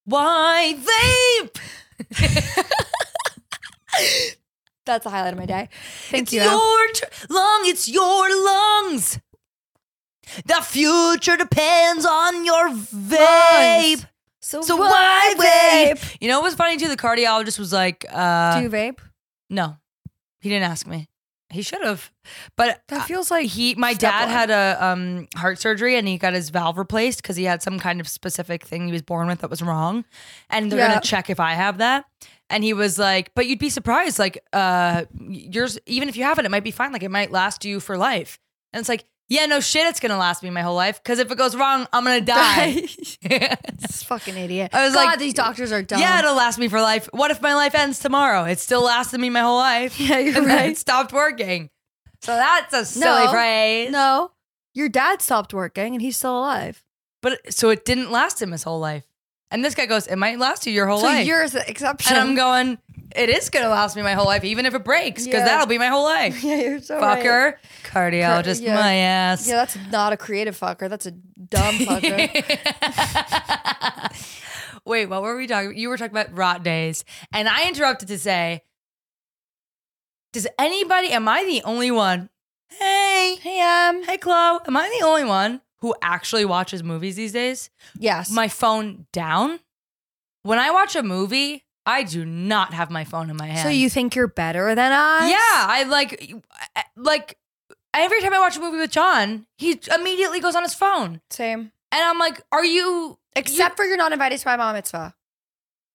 Why vape? That's the highlight of my day. Thank it's you. Em. your tr- lung. It's your lungs. The future depends on your vape. Lungs. So, So why vape? You know what was funny too? The cardiologist was like, uh, Do you vape? no, he didn't ask me. He should have, but That feels like he my step dad one. had a um, heart surgery and he got his valve replaced because he had some kind of specific thing he was born with that was wrong and they're Yeah. gonna check if i have that and he was like but you'd be surprised like uh yours even if you have it it might be fine like it might last you for life and it's like yeah no shit it's gonna last me my whole life because if it goes wrong i'm gonna die This fucking idiot. I was God, like- these doctors are dumb. yeah it'll last me for life what if my life ends tomorrow it still lasted me my whole life Yeah, you're and then right. it stopped working so that's a silly No. phrase no, your dad stopped working and he's still alive. But so it didn't last him his whole life. And this guy goes, It might last you your whole So life. yours the exception. and I'm going, It is going to last me my whole life, even if it breaks, because Yeah. that'll be my whole life. yeah, you're so right. Fucker, cardiologist, yeah. my ass. Yeah, that's not a creative fucker. That's a dumb fucker. Wait, what were we talking You were talking about rot days. And I interrupted to say, Does anybody, am I the only one? Hey, hey, um, hey, Chloe, am I the only one who actually watches movies these days? yes. my phone down. When I watch a movie, I do not have my phone in my hand. so you think you're better than us? Yeah, I like like every time I watch a movie with John, he immediately goes on his phone. Same. And I'm like, "Are you Except for you're not invited to my bar mitzvah.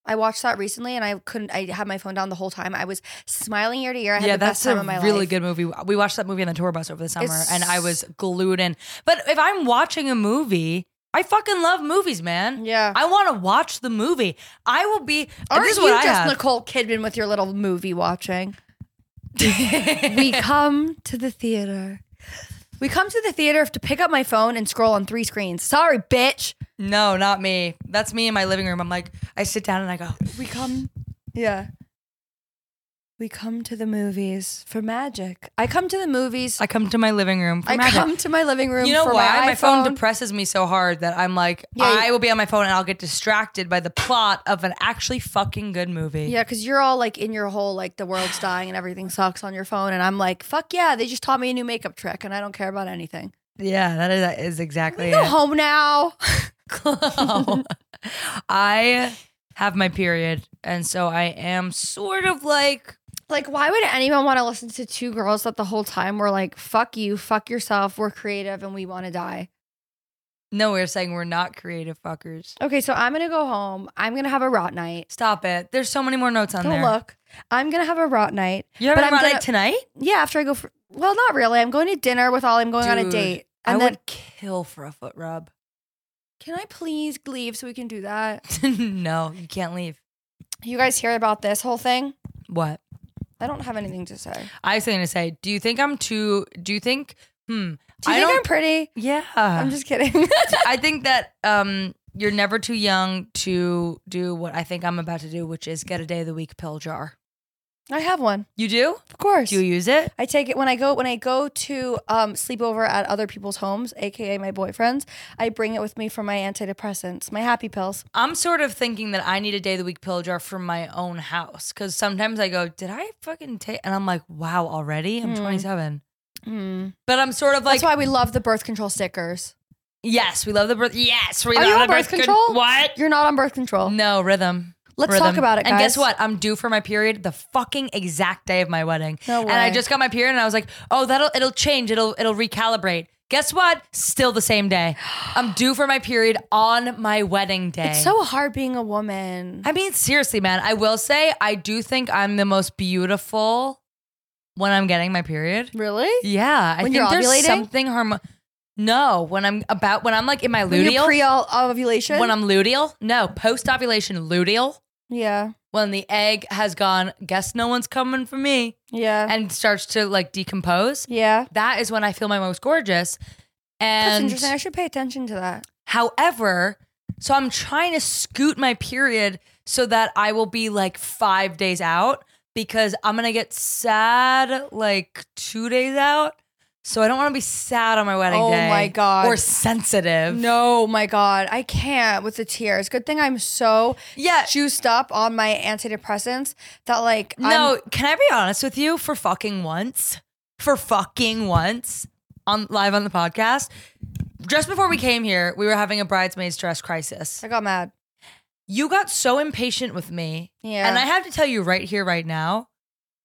I watched that recently and I couldn't. I had my phone down the whole time. I was smiling ear to ear. I had yeah, the that's best time a of my really life. good movie. We watched that movie on the tour bus over the summer, It's- and I was glued in. But if I'm watching a movie, I fucking love movies, man. Yeah. I want to watch the movie. I will be. Aren't this is you what I just have. Nicole Kidman with your little movie watching? we come to the theater We come to the theater to pick up my phone and scroll on three screens. Sorry, bitch. No, not me. That's me in my living room. I'm like, I sit down and I go, We come. Yeah. We come to the movies for magic. I come to the movies. I come to my living room. For I magic. come to my living room. You know for why? My, My, phone iPhone. depresses me so hard that I'm like, Yeah, you- I will be on my phone and I'll get distracted by the plot of an actually fucking good movie. Yeah, because you're all like in your whole like the world's dying and everything sucks on your phone, and I'm like, fuck yeah, they just taught me a new makeup trick, and I don't care about anything. Yeah, that is, that is exactly Go it. home now. Chloe. I have my period, and so I am sort of like, Like, why would anyone want to listen to two girls that the whole time were like, fuck you, fuck yourself, we're creative and we want to die? no, we're saying we're not creative fuckers. Okay, so I'm gonna go home. I'm gonna have a rot night. Stop it. There's so many more notes on Don't there. look. I'm gonna have a rot night. You have But a I'm ride gonna- tonight? Yeah, after I go for, well, not really. I'm going to dinner with all I'm going on a Dude, date. I And then, would kill for a foot rub. can I please leave so we can do that? no, you can't leave. You guys hear about this whole thing? What? I don't have anything to say. I was going to say, do you think I'm too? Do you think? Hmm. Do you I think don't- Ah. I'm pretty? Yeah. I'm just kidding. I think that um, you're never too young to do what I think I'm about to do, which is get a day of the week pill jar. I have one, You do? of course. Do you use it? I take it when I go when I go to um, sleepover at other people's homes, aka my boyfriend's. I bring it with me for my antidepressants, my happy pills. I'm sort of thinking that I need a day of the week pill jar for my own house because sometimes I go, did I fucking take? And I'm like, wow, already? I'm Hmm. 27. But I'm sort of like, That's why we love the birth control stickers. yes, we love the birth. Yes, Are we love you the on birth con- control? what? You're not on birth control. No, rhythm. Let's Rhythm. talk about it, guys. And guess what? I'm due for my period the fucking exact day of my wedding. No And I way. just got my period and I was like, oh, that'll it'll change. It'll it'll recalibrate. Guess what? Still the same day. I'm due for my period on my wedding day. It's so hard being a woman. I mean, seriously, man, I will say I do think I'm the most beautiful when I'm getting my period. really? Yeah. I When think you're there's ovulating? something harm No, when I'm about when I'm like in my When you're luteal. pre ovulation. when I'm luteal. No, post ovulation luteal yeah, when the egg has gone, guess no one's coming for me, yeah, and starts to like decompose, yeah. that is when I feel my most gorgeous. That's And interesting. I should pay attention to that. however, so I'm trying to scoot my period so that I will be like five days out because I'm gonna get sad like two days out. So I don't want to be sad on my wedding Oh day. my God. Or sensitive. No, my God, I can't with the tears. Good thing I'm so Yeah. juiced up on my antidepressants that like I'm- No, can I be honest with you? For fucking once, for fucking once, on live on the podcast, just before we came here, we were having a bridesmaid's dress crisis. I got mad. You got so impatient with me, Yeah. and I have to tell you right here, right now,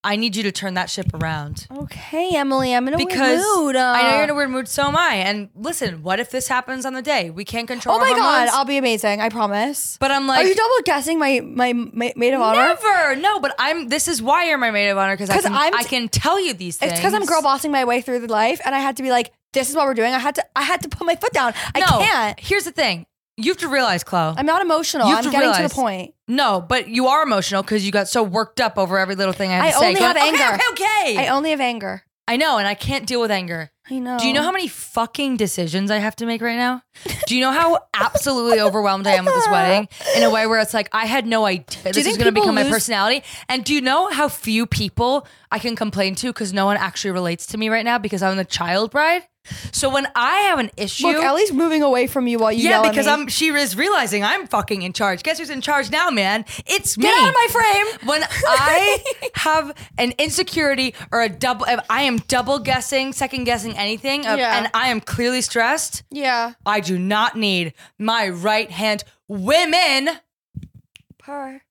I need you to turn that ship around Okay, Emily, I'm in Oh, a because weird mood. I know uh, you're in a weird mood. So am I. And listen, what if this happens on the day? We can't control. Oh my our God, hormones, I'll be amazing. I promise. but I'm like, Are you double guessing my my, my maid of honor? never. No, but I'm. This is why you're my maid of honor because I 'Cause can. I'm- I can tell you these things. It's because I'm girl bossing my way through the life, and I had to be like, "This is what we're doing." I had to I had to put my foot down. I can't. Here's the thing. You have to realize, Chloe. I'm not emotional. You I'm have getting to to realize- the point. no, but you are emotional because you got so worked up over every little thing I had I to say. only have okay, anger. Okay, okay. I only have anger. I know, and I can't deal with anger. I know. Do you know how many fucking decisions I have to make right now? Do you know how absolutely overwhelmed I am with this wedding in a way where it's like I had no idea this is think going to people become my lose- personality? And do you know how few people I can complain to because no one actually relates to me right now because I'm the child bride? So when I have an issue, Look, Ellie's moving away from you while you Yeah, yell at because me. I'm she is realizing I'm fucking in charge. Guess who's in charge now, man? It's me. Get out of my frame. when I have an insecurity or a double, if I am double guessing, second guessing anything, uh, Yeah. and I am clearly stressed. Yeah. I do not need my right hand women Her.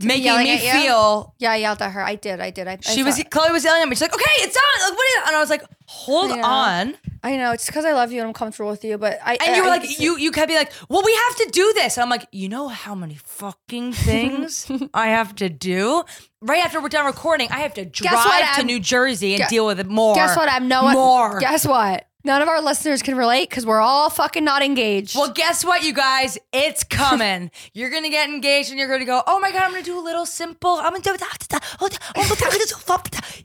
making yelling me at you? feel. Yeah, I yelled at her. I did. I did. I, I She was saw- Chloe was yelling at me. She's like, "Okay, it's on." Like, what is? And I was like, "Hold Yeah. on." I know. It's because I love you and I'm comfortable with you, but I. And you I- were I- like, you you kept being like, well, we have to do this. And I'm like, you know how many fucking things I have to do? Right after we're done recording, I have to drive what, to Em? New Jersey and Gu- deal with it more. Guess what? I'm no more. Guess what? None of our listeners can relate because we're all fucking not engaged. Well, guess what, you guys? It's coming. you're gonna get engaged, and you're gonna go. Oh my god, I'm gonna do a little simple. I'm gonna do. oh,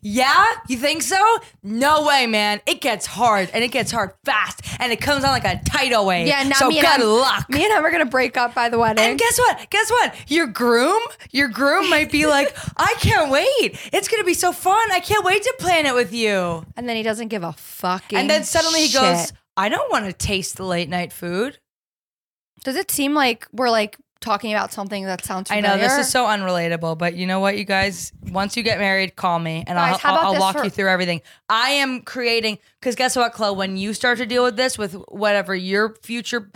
Yeah, you think so? No way, man. It gets hard, and it gets hard fast, and it comes on like a tidal wave. yeah, now so me and good him- luck. Me and him are gonna break up by the wedding. And guess what? Guess what? Your groom, your groom might be like, I can't wait. It's gonna be so fun. I can't wait to plan it with you. and then he doesn't give a fucking. And then suddenly he shit. goes, I don't want to taste the late night food. Does it seem like we're like talking about something that sounds? I Familiar? know this is so unrelatable, but you know what, you guys? Once you get married, call me and Guys, I'll, how about I'll, I'll this walk for- you through everything. I am creating because guess what, Chloe? When you start to deal with this, with whatever your future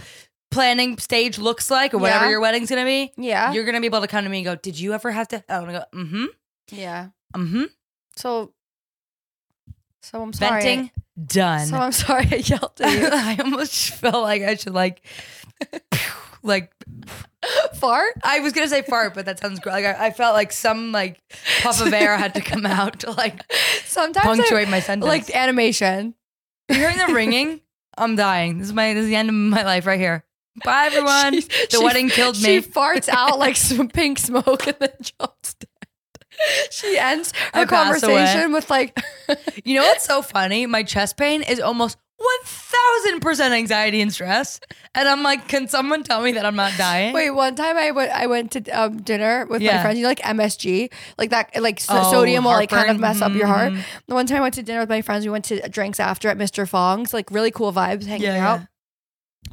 planning stage looks like, or whatever Yeah. your wedding's gonna be, Yeah. you're gonna be able to come to me and go, "Did you ever have to?" I'm gonna go, "Mm-hmm, yeah. mm-hmm." So. So I'm sorry. Venting done. So I'm sorry I yelled at you. I almost felt like I should like, like Fart. I was gonna say fart, but that sounds gr- like I, I felt like some like puff of air had to come out to like Sometimes I- punctuate my sentence. like Like the animation. hearing the ringing, I'm dying. This is my this is the end of my life right here. Bye everyone. She- the she- wedding killed She me. farts out like some pink smoke and then jumps dead. She ends her I pass away. conversation with like, you know what's so funny? My chest pain is almost one thousand percent anxiety and stress, and I'm like, can someone tell me that I'm not dying? wait. One time I went, I went to um, dinner with my Yeah. friends. You know, like MSG, like that, like so- Oh, sodium will like kind of heartburn. mess up your heart. Mhm. The one time I went to dinner with my friends, we went to drinks after at Mr. Fong's, like really cool vibes, hanging Yeah, out.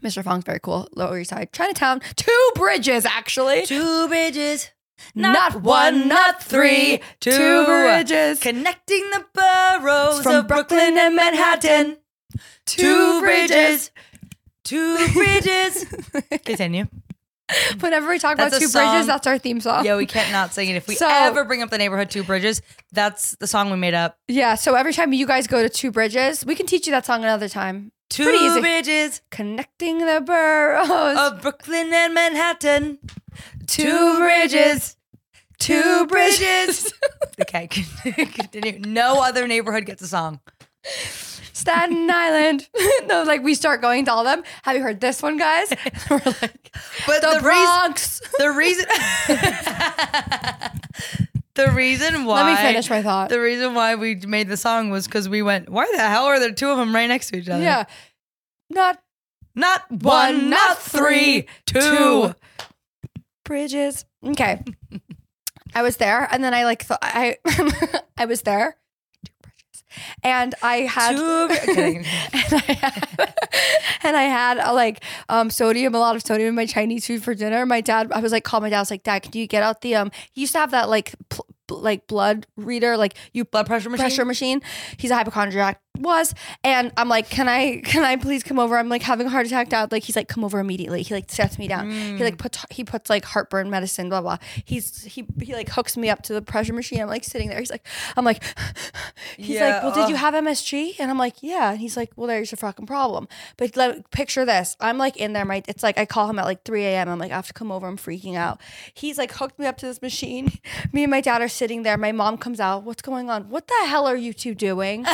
Mr. Fong's very cool, Lower East Side, Chinatown, two bridges actually. Two bridges. Not one, not three, two bridges. Connecting the boroughs From of Brooklyn and Manhattan. Two bridges. Two bridges. Continue. Whenever we talk That's about a two song. bridges, that's our theme song. Yeah, we can't not sing it. If we So- ever bring up the neighborhood Two Bridges, that's the song we made up. Yeah, so every time you guys go to Two Bridges, we can teach you that song another time. Two Pretty easy. bridges Connecting the boroughs. of Brooklyn and Manhattan. Two Two bridges. bridges. Two bridges. okay, continue. No other neighborhood gets a song. Staten Island. no, like we start going to all of them. Have you heard this one, guys? We're like, the, But the, reason, Bronx. the reason, the reason why. Let me finish my thought. The reason why we made the song was because we went, why the hell are there two of them right next to each other? yeah. Not Not one, One, not, not three, three, two. two. bridges. Okay. I was there and then I like thought I I was there. Two bridges. And I had Two bri- Okay. and I had, and I had uh, like um, sodium, a lot of sodium in my Chinese food for dinner. My dad, I was like, call my dad. I was like, Dad, can you get out the um? He used to have that like pl- like blood reader, like you Blood pressure machine. pressure machine. He's a hypochondriac was, and I'm like, can I can I please come over? I'm like having a heart attack, Dad. Like he's like, come over immediately. He like sets me down. He like puts he puts like heartburn medicine, blah blah. He's he he like hooks me up to the pressure machine. I'm like sitting there. He's like, I'm like, he's Yeah, like, well, did ugh. you have MSG? And I'm like, yeah. And he's like, well, there's your fucking problem. But let, picture this. I'm like in there. My it's like I call him at like 3 a.m. I'm like, I have to come over. I'm freaking out. He's like hooked me up to this machine. Me and my dad are sitting there. My mom comes out. What's going on? What the hell are you two doing?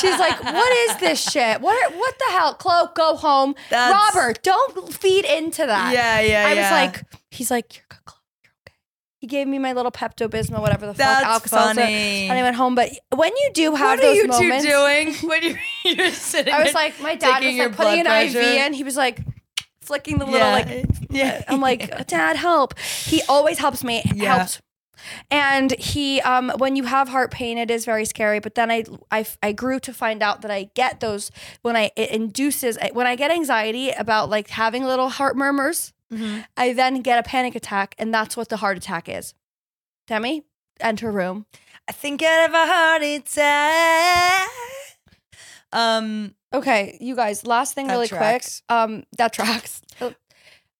She's like, what is this shit? What are, what the hell? Chloe, go home. That's- Robert, don't feed into that. Yeah, yeah, I was yeah. like, he's like, you're good, Chloe. You're okay. He gave me my little Pepto Bismol, whatever the That's fuck, Alka-Seltzer, funny. and I went home. But when you do have what are those you moments, two doing when you're, you're sitting? I was and like, my dad taking was your like putting an blood pressure? IV in. He was like flicking the little yeah. like yeah. I'm like, Dad, help. He always helps me. Yeah. Helps. And he, um, when you have heart pain, it is very scary. But then I, I, I grew to find out that I get those when I it induces when I get anxiety about like having little heart murmurs. Mm-hmm. I then get a panic attack, and that's what the heart attack is. Demi, enter room. I think I have a heart attack. Um, Okay, you guys. Last thing, That really tracks. Oh. quick. Um, that tracks.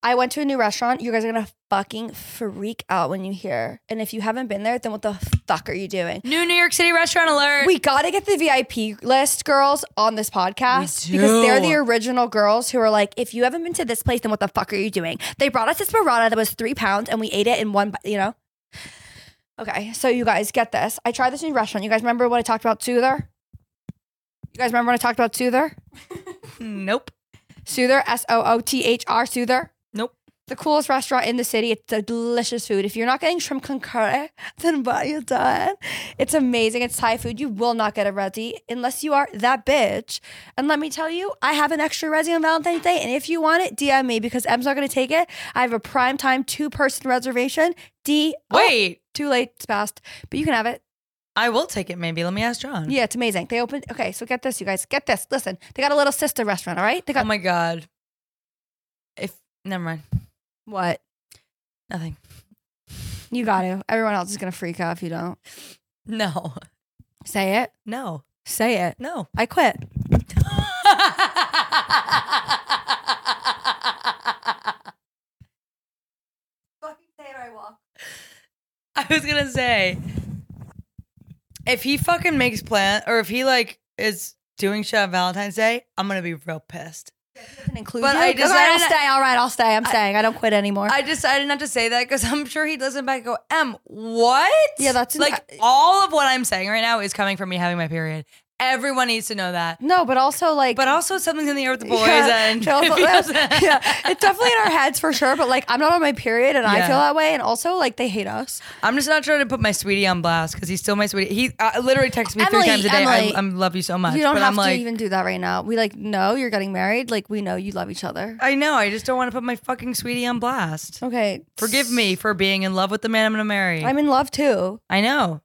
I went to a new restaurant. You guys are gonna fucking freak out when you hear. And if you haven't been there, then what the fuck are you doing? new New York City restaurant alert. We gotta get the VIP list girls on this podcast We do. because they're the original girls who are like, if you haven't been to this place, then what the fuck are you doing? They brought us this burrata that was three pounds and we ate it in one, bu- you know. Okay, so you guys get this. I tried this new restaurant. You guys remember what I talked about too there? You guys remember when I talked about Soother? Nope. Soother, S O O T H R, Soother. Nope. The coolest restaurant in the city. It's a delicious food. If you're not getting shrimp con carne, then what are you doing? It's amazing. It's Thai food. You will not get a resi unless you are that bitch. And let me tell you, I have an extra resi on Valentine's Day. And if you want it, DM me because Em's not going to take it. I have a prime time two person reservation. D. oh, Wait, too late. It's past. But you can have it. I will take it. Maybe let me ask John. Yeah, it's amazing. They opened. Okay, so get this, you guys. Get this. Listen, they got a little sister restaurant. All right, they Oh got my god. If never mind, what? nothing. You got to. Everyone else is gonna freak out if you don't No, say it. no, Say it. no. I quit. Fucking say it or I walk. I was gonna say, if he fucking makes plan, or if he like is doing shit on Valentine's Day, I'm gonna be real pissed. Doesn't include But you. all I right, I'll decided- stay. All right, I'll stay. I'm staying. I don't quit anymore. I decided not to say that because I'm sure he doesn't back and go, M, what? Yeah, that's- like all of what I'm saying right now is coming from me having my period. Everyone needs to know that. no, but also like. But also something's in the air with the boys Yeah, and Joe, if he doesn't- yeah, it's definitely in our heads for sure. But like, I'm not on my period, and I Yeah. feel that way. And also, like, they hate us. I'm just not trying to put my sweetie on blast because he's still my sweetie. He uh, literally texts me Emily, three times a day. Emily, I, I love you so much. you don't but have I'm like, to even do that right now. We like know you're getting married. Like, we know you love each other. I know. I just don't want to put my fucking sweetie on blast. Okay, Forgive me for being in love with the man I'm gonna marry. Oh. I'm in love too. I know,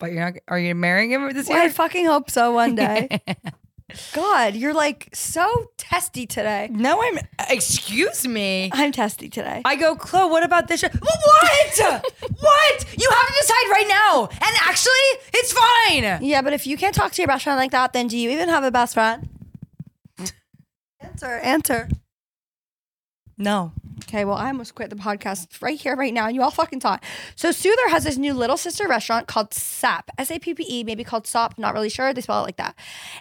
but you're not. Are you marrying him this I year? fucking hope so one day. God, you're like so testy today. no, I'm. Excuse me. I'm testy today. I go, Chloe, what about this show? What? what? You have to decide right now. And actually, it's fine. yeah, but if you can't talk to your best friend like that, then do you even have a best friend? answer, answer. No. Okay, well, I almost quit the podcast right here, right now, and you all fucking taught. So Soother has this new little sister restaurant called SAP, S A P P E, maybe called SOP, not really sure. They spell it like that.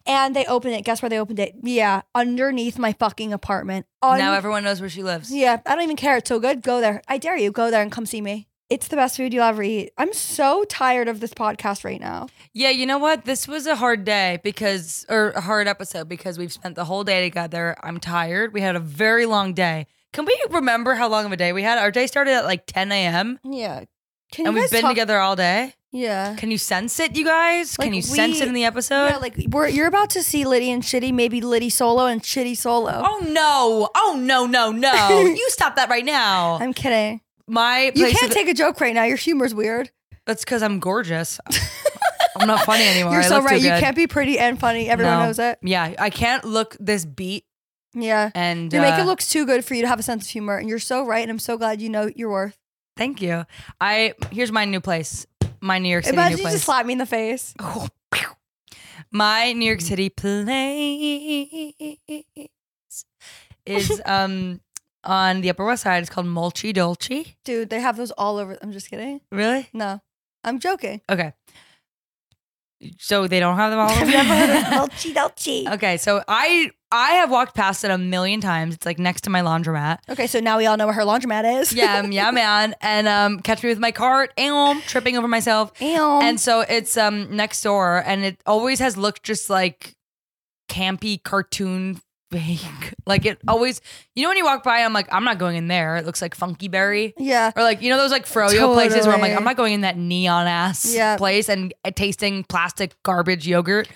And they opened it. Guess where they opened it? Yeah, underneath my fucking apartment. Un- now everyone knows where she lives. Yeah, I don't even care. It's so good. Go there. I dare you. Go there and come see me. It's the best food you'll ever eat. I'm so tired of this podcast right now. Yeah, you know what? This was a hard day because, or a hard episode because we've spent the whole day together. I'm tired. We had a very long day. Can we remember how long of a day we had? Our day started at like 10 a.m. Yeah. Can and you we've guys been talk- together all day. Yeah. Can you sense it, you guys? Like, Can you we- sense it in the episode? Yeah, like we're you're about to see Liddy and Shitty, maybe Liddy solo and Shitty solo. oh no! Oh no! No! No! you stop that right now. I'm kidding. My You place can't of- take a joke right now. Your humor's weird. That's because I'm gorgeous. I'm not funny anymore. You're Oh, I so look too right. You good. can't be pretty and funny. Everyone No. knows it. Yeah, I can't look this beat Yeah. and You make uh, it looks too good for you to have a sense of humor, and you're so right. And I'm so glad you know your worth. Thank you. I here's my new place. My New York City Imagine you new place. just slap me in the face. Oh, pew. my New York City place is um on the Upper West Side. It's called Molchi Dolce. Dude, they have those all over. I'm just kidding. Really? No, I'm joking. Okay. So they don't have them all. Have over- you ever heard of Dolce Dolce? okay, so I I have walked past it a million times. It's like next to my laundromat. Okay, so now we all know where her laundromat is. yeah, um, yeah, man. And um, catch me with my cart, um, tripping over myself. Ew. And so it's um next door, and it always has looked just like campy cartoon fake. Like it always, you know, when you walk by, I'm like, I'm not going in there. It looks like Funky Berry. yeah. Or like you know those like froyo places where I'm like Totally. I'm not going in that neon ass Yeah. place and uh, tasting plastic garbage yogurt.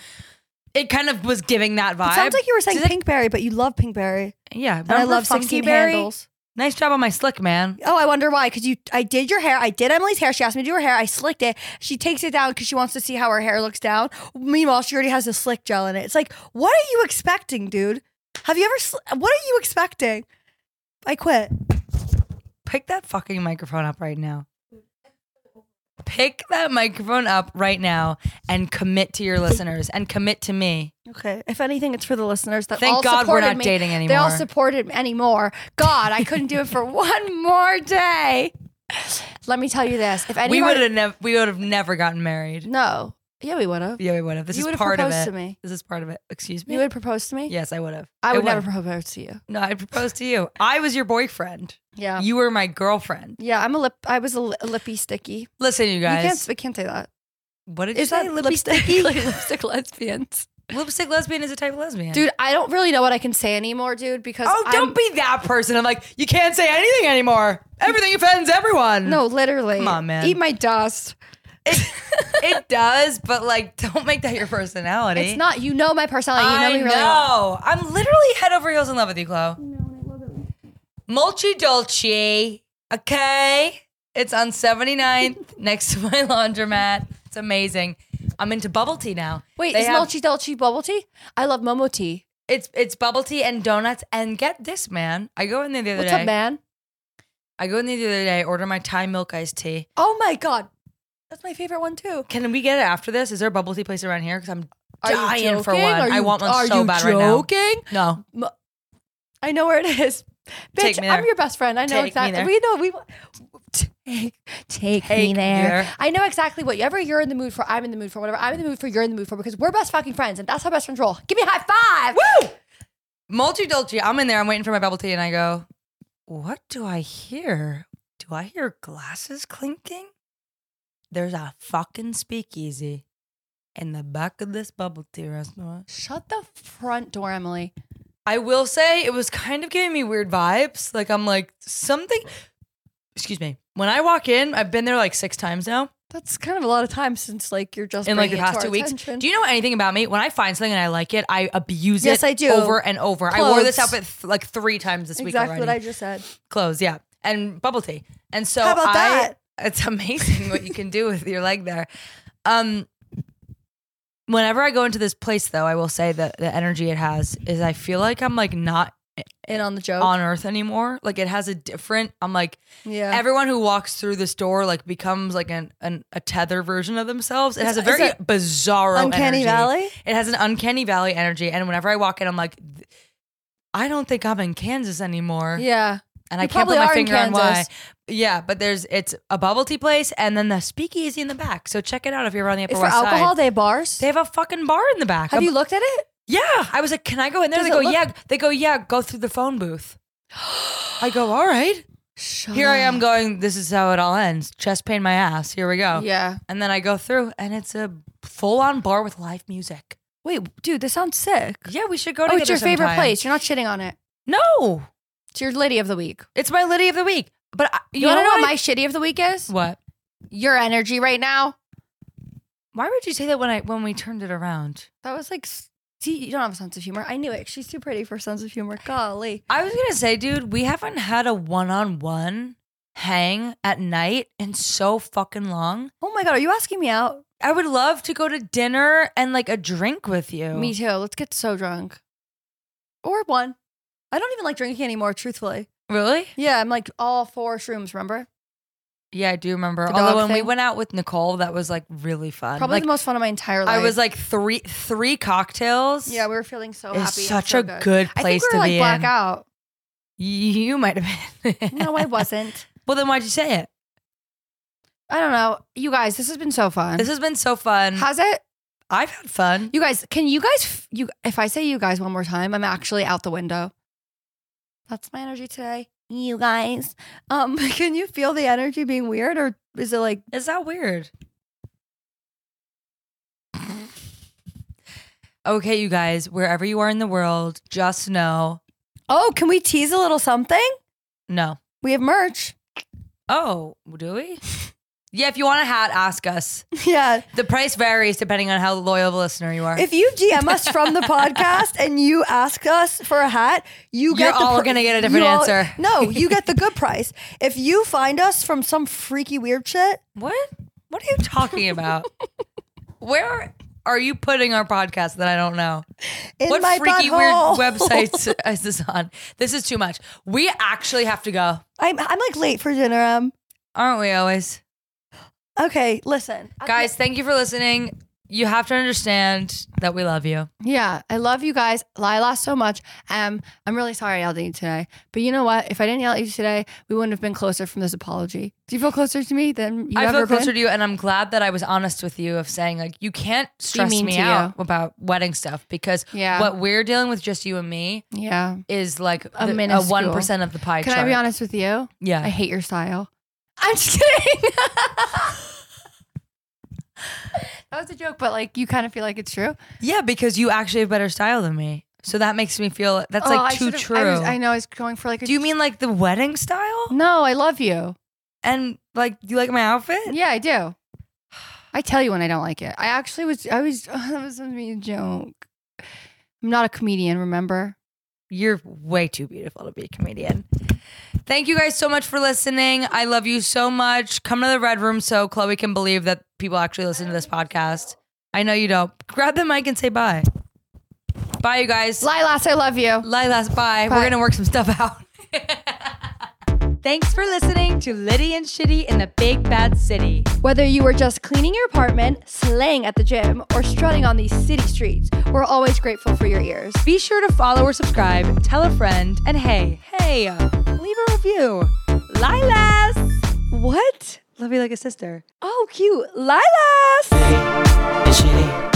It kind of was giving that vibe. It sounds like you were saying She's like- Pinkberry, but you love Pinkberry. yeah, And I love Funky 16 Berry. handles. Nice job on my slick man. Oh, I wonder why. Because you, I did your hair. I did Emily's hair. She asked me to do her hair. I slicked it. She takes it down because she wants to see how her hair looks down. Meanwhile, she already has a slick gel in it. It's like, what are you expecting, dude? Have you ever? Sl- what are you expecting? I quit. Pick that fucking microphone up right now. Pick that microphone up right now and commit to your listeners and commit to me. Okay. If anything, it's for the listeners that all Thank God we're supported not me. dating anymore. They all supported me anymore. God, I couldn't do it for one more day. Let me tell you this: if we anyone, would have never we would have never gotten married. no, yeah, we would have. Yeah, we would have. This you would is have part of proposed it. to me. This is part of it. Excuse me. You would propose to me. yes, I would have. I It would never propose to you. No, I proposed to you. I was your boyfriend. Yeah, You were my girlfriend. yeah. I'm a lip. I was a, li- a lippy sticky. Listen, you You guys. can't. I can't say that. what did you Is say? that Lippy lipsticky? sticky? like lipstick lesbians. Lipstick lesbian is a type of lesbian. Dude, I don't really know what I can say anymore, dude, because Oh, don't I'm- be that person. I'm like, you can't say anything anymore. Everything offends everyone. No, literally. Come on, man. Eat my dust. It, it does, but like, don't make that your personality. It's not. You know my personality. You know I me know. really well. I'm literally head over heels in love with you, Chloe. Multi Dolce. Okay. It's on 79th next to my laundromat. It's amazing. I'm into bubble tea now. Wait, They is have- Multi Dolce bubble tea? I love Momo tea. It's it's bubble tea and donuts. And get this, man. I go in there the other What's day. up, man? I go in there the other day, order my Thai milk iced tea. Oh my god, that's my favorite one too. Can we get it after this? Is there a bubble tea place around here? Because I'm Are you dying for joking? one. Are I you- want one are so you bad right now. joking? No. I know where it is. Take Bitch, me I'm there. your best friend. I know Take me exactly. there. We know we take take, Take me me there. there. I know exactly what whatever you're in the mood for. I'm in the mood for whatever I'm in the mood for. You're in the mood for because we're best fucking friends, and that's how best friends roll. Give me a high five. Woo! Multi Dolce. I'm in there. I'm waiting for my bubble tea, and I go, "What do I hear? Do I hear glasses clinking? There's a fucking speakeasy in the back of this bubble tea restaurant." Shut the front door, Emily. I will say it was kind of giving me weird vibes. Like I'm like something. Excuse me. When I walk in, I've been there like six times now That's kind of a lot of time since like you're just in like the bringing it past to two our weeks. attention. Do you know anything about me? When I find something and I like it, I abuse Yes, it I do. over and over. I wore this Clothes. outfit th- like three times this week exactly already. what I just said? clothes, yeah, and bubble tea. And so How about I, that? It's amazing what you can do with your leg there. Um, whenever I go into this place, though, I will say that the energy it has is I feel like I'm like not In on the joke. on earth anymore. Like it has a different. I'm like yeah. everyone who walks through this door like becomes like an, an a tether version of themselves. It has a It's- it's very a- bizarro Uncanny energy. Valley? It has an uncanny valley energy. And whenever I walk in, I'm like. th- I don't think I'm in Kansas anymore yeah. and I You can't put probably my are in finger on why. Kansas. Yeah, but there's it's a bubble tea place and then the speakeasy in the back. So check it out if you're on the upper For west alcohol, side. they have bars. They have a fucking bar in the back. have I'm- you looked at it? yeah, I was like, can I go in there? Does They it go, look- yeah. They go, yeah. Go through the phone booth. I go, all right. Here I am going. This is how it all ends. Chest pain, my ass. Here we go. Yeah. And then I go through, and it's a full-on bar with live music. Wait, dude, this sounds sick. Yeah, we should go Oh, together it's your favorite sometime. place. You're not shitting on it. No, It's your lady of the week. it's my Liddy of the week. But I, You, want to know what what I- my shitty of the week is? what? Your energy right now. Why would you say that when I when we turned it around? That was like, s- see, you don't have a sense of humor. I knew it. She's too pretty for a sense of humor. Golly. I was gonna say, dude, we haven't had a one-on-one hang at night in so fucking long. Oh my God, are you asking me out? I would love to go to dinner and like a drink with you. Me too. Let's get so drunk. Or one. I don't even like drinking anymore, truthfully. Really? Yeah, I'm like all four shrooms, remember? Yeah, I do remember. The Although dog when we thing? went out with Nicole, that was like really fun. Probably like, the most fun of my entire life. I was like three three cocktails. yeah, we were feeling so happy. it's and such so a good I think place we were to like be in. blackout. You might have been. No, I wasn't. well, then why'd you say it? I don't know. You guys, this has been so fun. This has been so fun. Has it? I've had fun. You guys, can you guys f- you if I say you guys one more time, I'm actually out the window. That's my energy today. You guys. Um can you feel the energy being weird or is it like Is that weird? okay, you guys, wherever you are in the world, just know Oh, can we tease a little something? no. We have merch. Oh, do we? Yeah, if you want a hat, ask us. Yeah. The price varies depending on how loyal of a listener you are. If you DM us from the podcast and you ask us for a hat, you get You're the all gonna get a different you all- answer. no, you get the good price. If you find us from some freaky weird shit, what? What are you talking about? Where are you putting our podcast that I don't know? in what my freaky butthole. weird websites is this on? This is too much. We actually have to go, I'm I'm like late for dinner. Um. aren't we always? Okay, listen, guys thank you for listening you have to understand that we love you Yeah, I love you guys. Lila so much. Um, I'm really sorry I yelled at you today. But you know what? If I didn't yell at you today, we wouldn't have been closer from this apology. Do you feel closer to me than you i ever feel closer been? to you and i'm glad that i was honest with you of saying like you can't stress mean me to out about wedding stuff because Yeah. what we're dealing with just you and me yeah. is like A the- a minuscule. one percent of the pie Can chart I be honest with you? yeah I hate your style. I'm just kidding. That was a joke, but like you kind of feel like it's true. Yeah, because you actually have better style than me. So that makes me feel that's Oh, I like too should've- true. I, was- I know. I was going for like. A Do you mean like the wedding style? No, I love you. And like, do you like my outfit? Yeah, I do. I tell you when I don't like it. I actually was. I was. that was supposed to be a joke. I'm not a comedian. Remember? You're way too beautiful to be a comedian. Thank you guys so much for listening. I love you so much. Come to the Red Room so Chloe can believe that people actually listen to this podcast. I know you don't. Grab the mic and say bye. Bye, you guys. Lilas, I love you. Lilas, Bye. bye. We're gonna work some stuff out. Thanks for listening to Liddy and Shitty in the Big Bad City. Whether you were just cleaning your apartment, slaying at the gym, or strutting on these city streets, we're always grateful for your ears. Be sure to follow or subscribe, tell a friend, and hey, hey, leave a review. Lilas! What? Love you like a sister. Oh, cute. Lilas! and shitty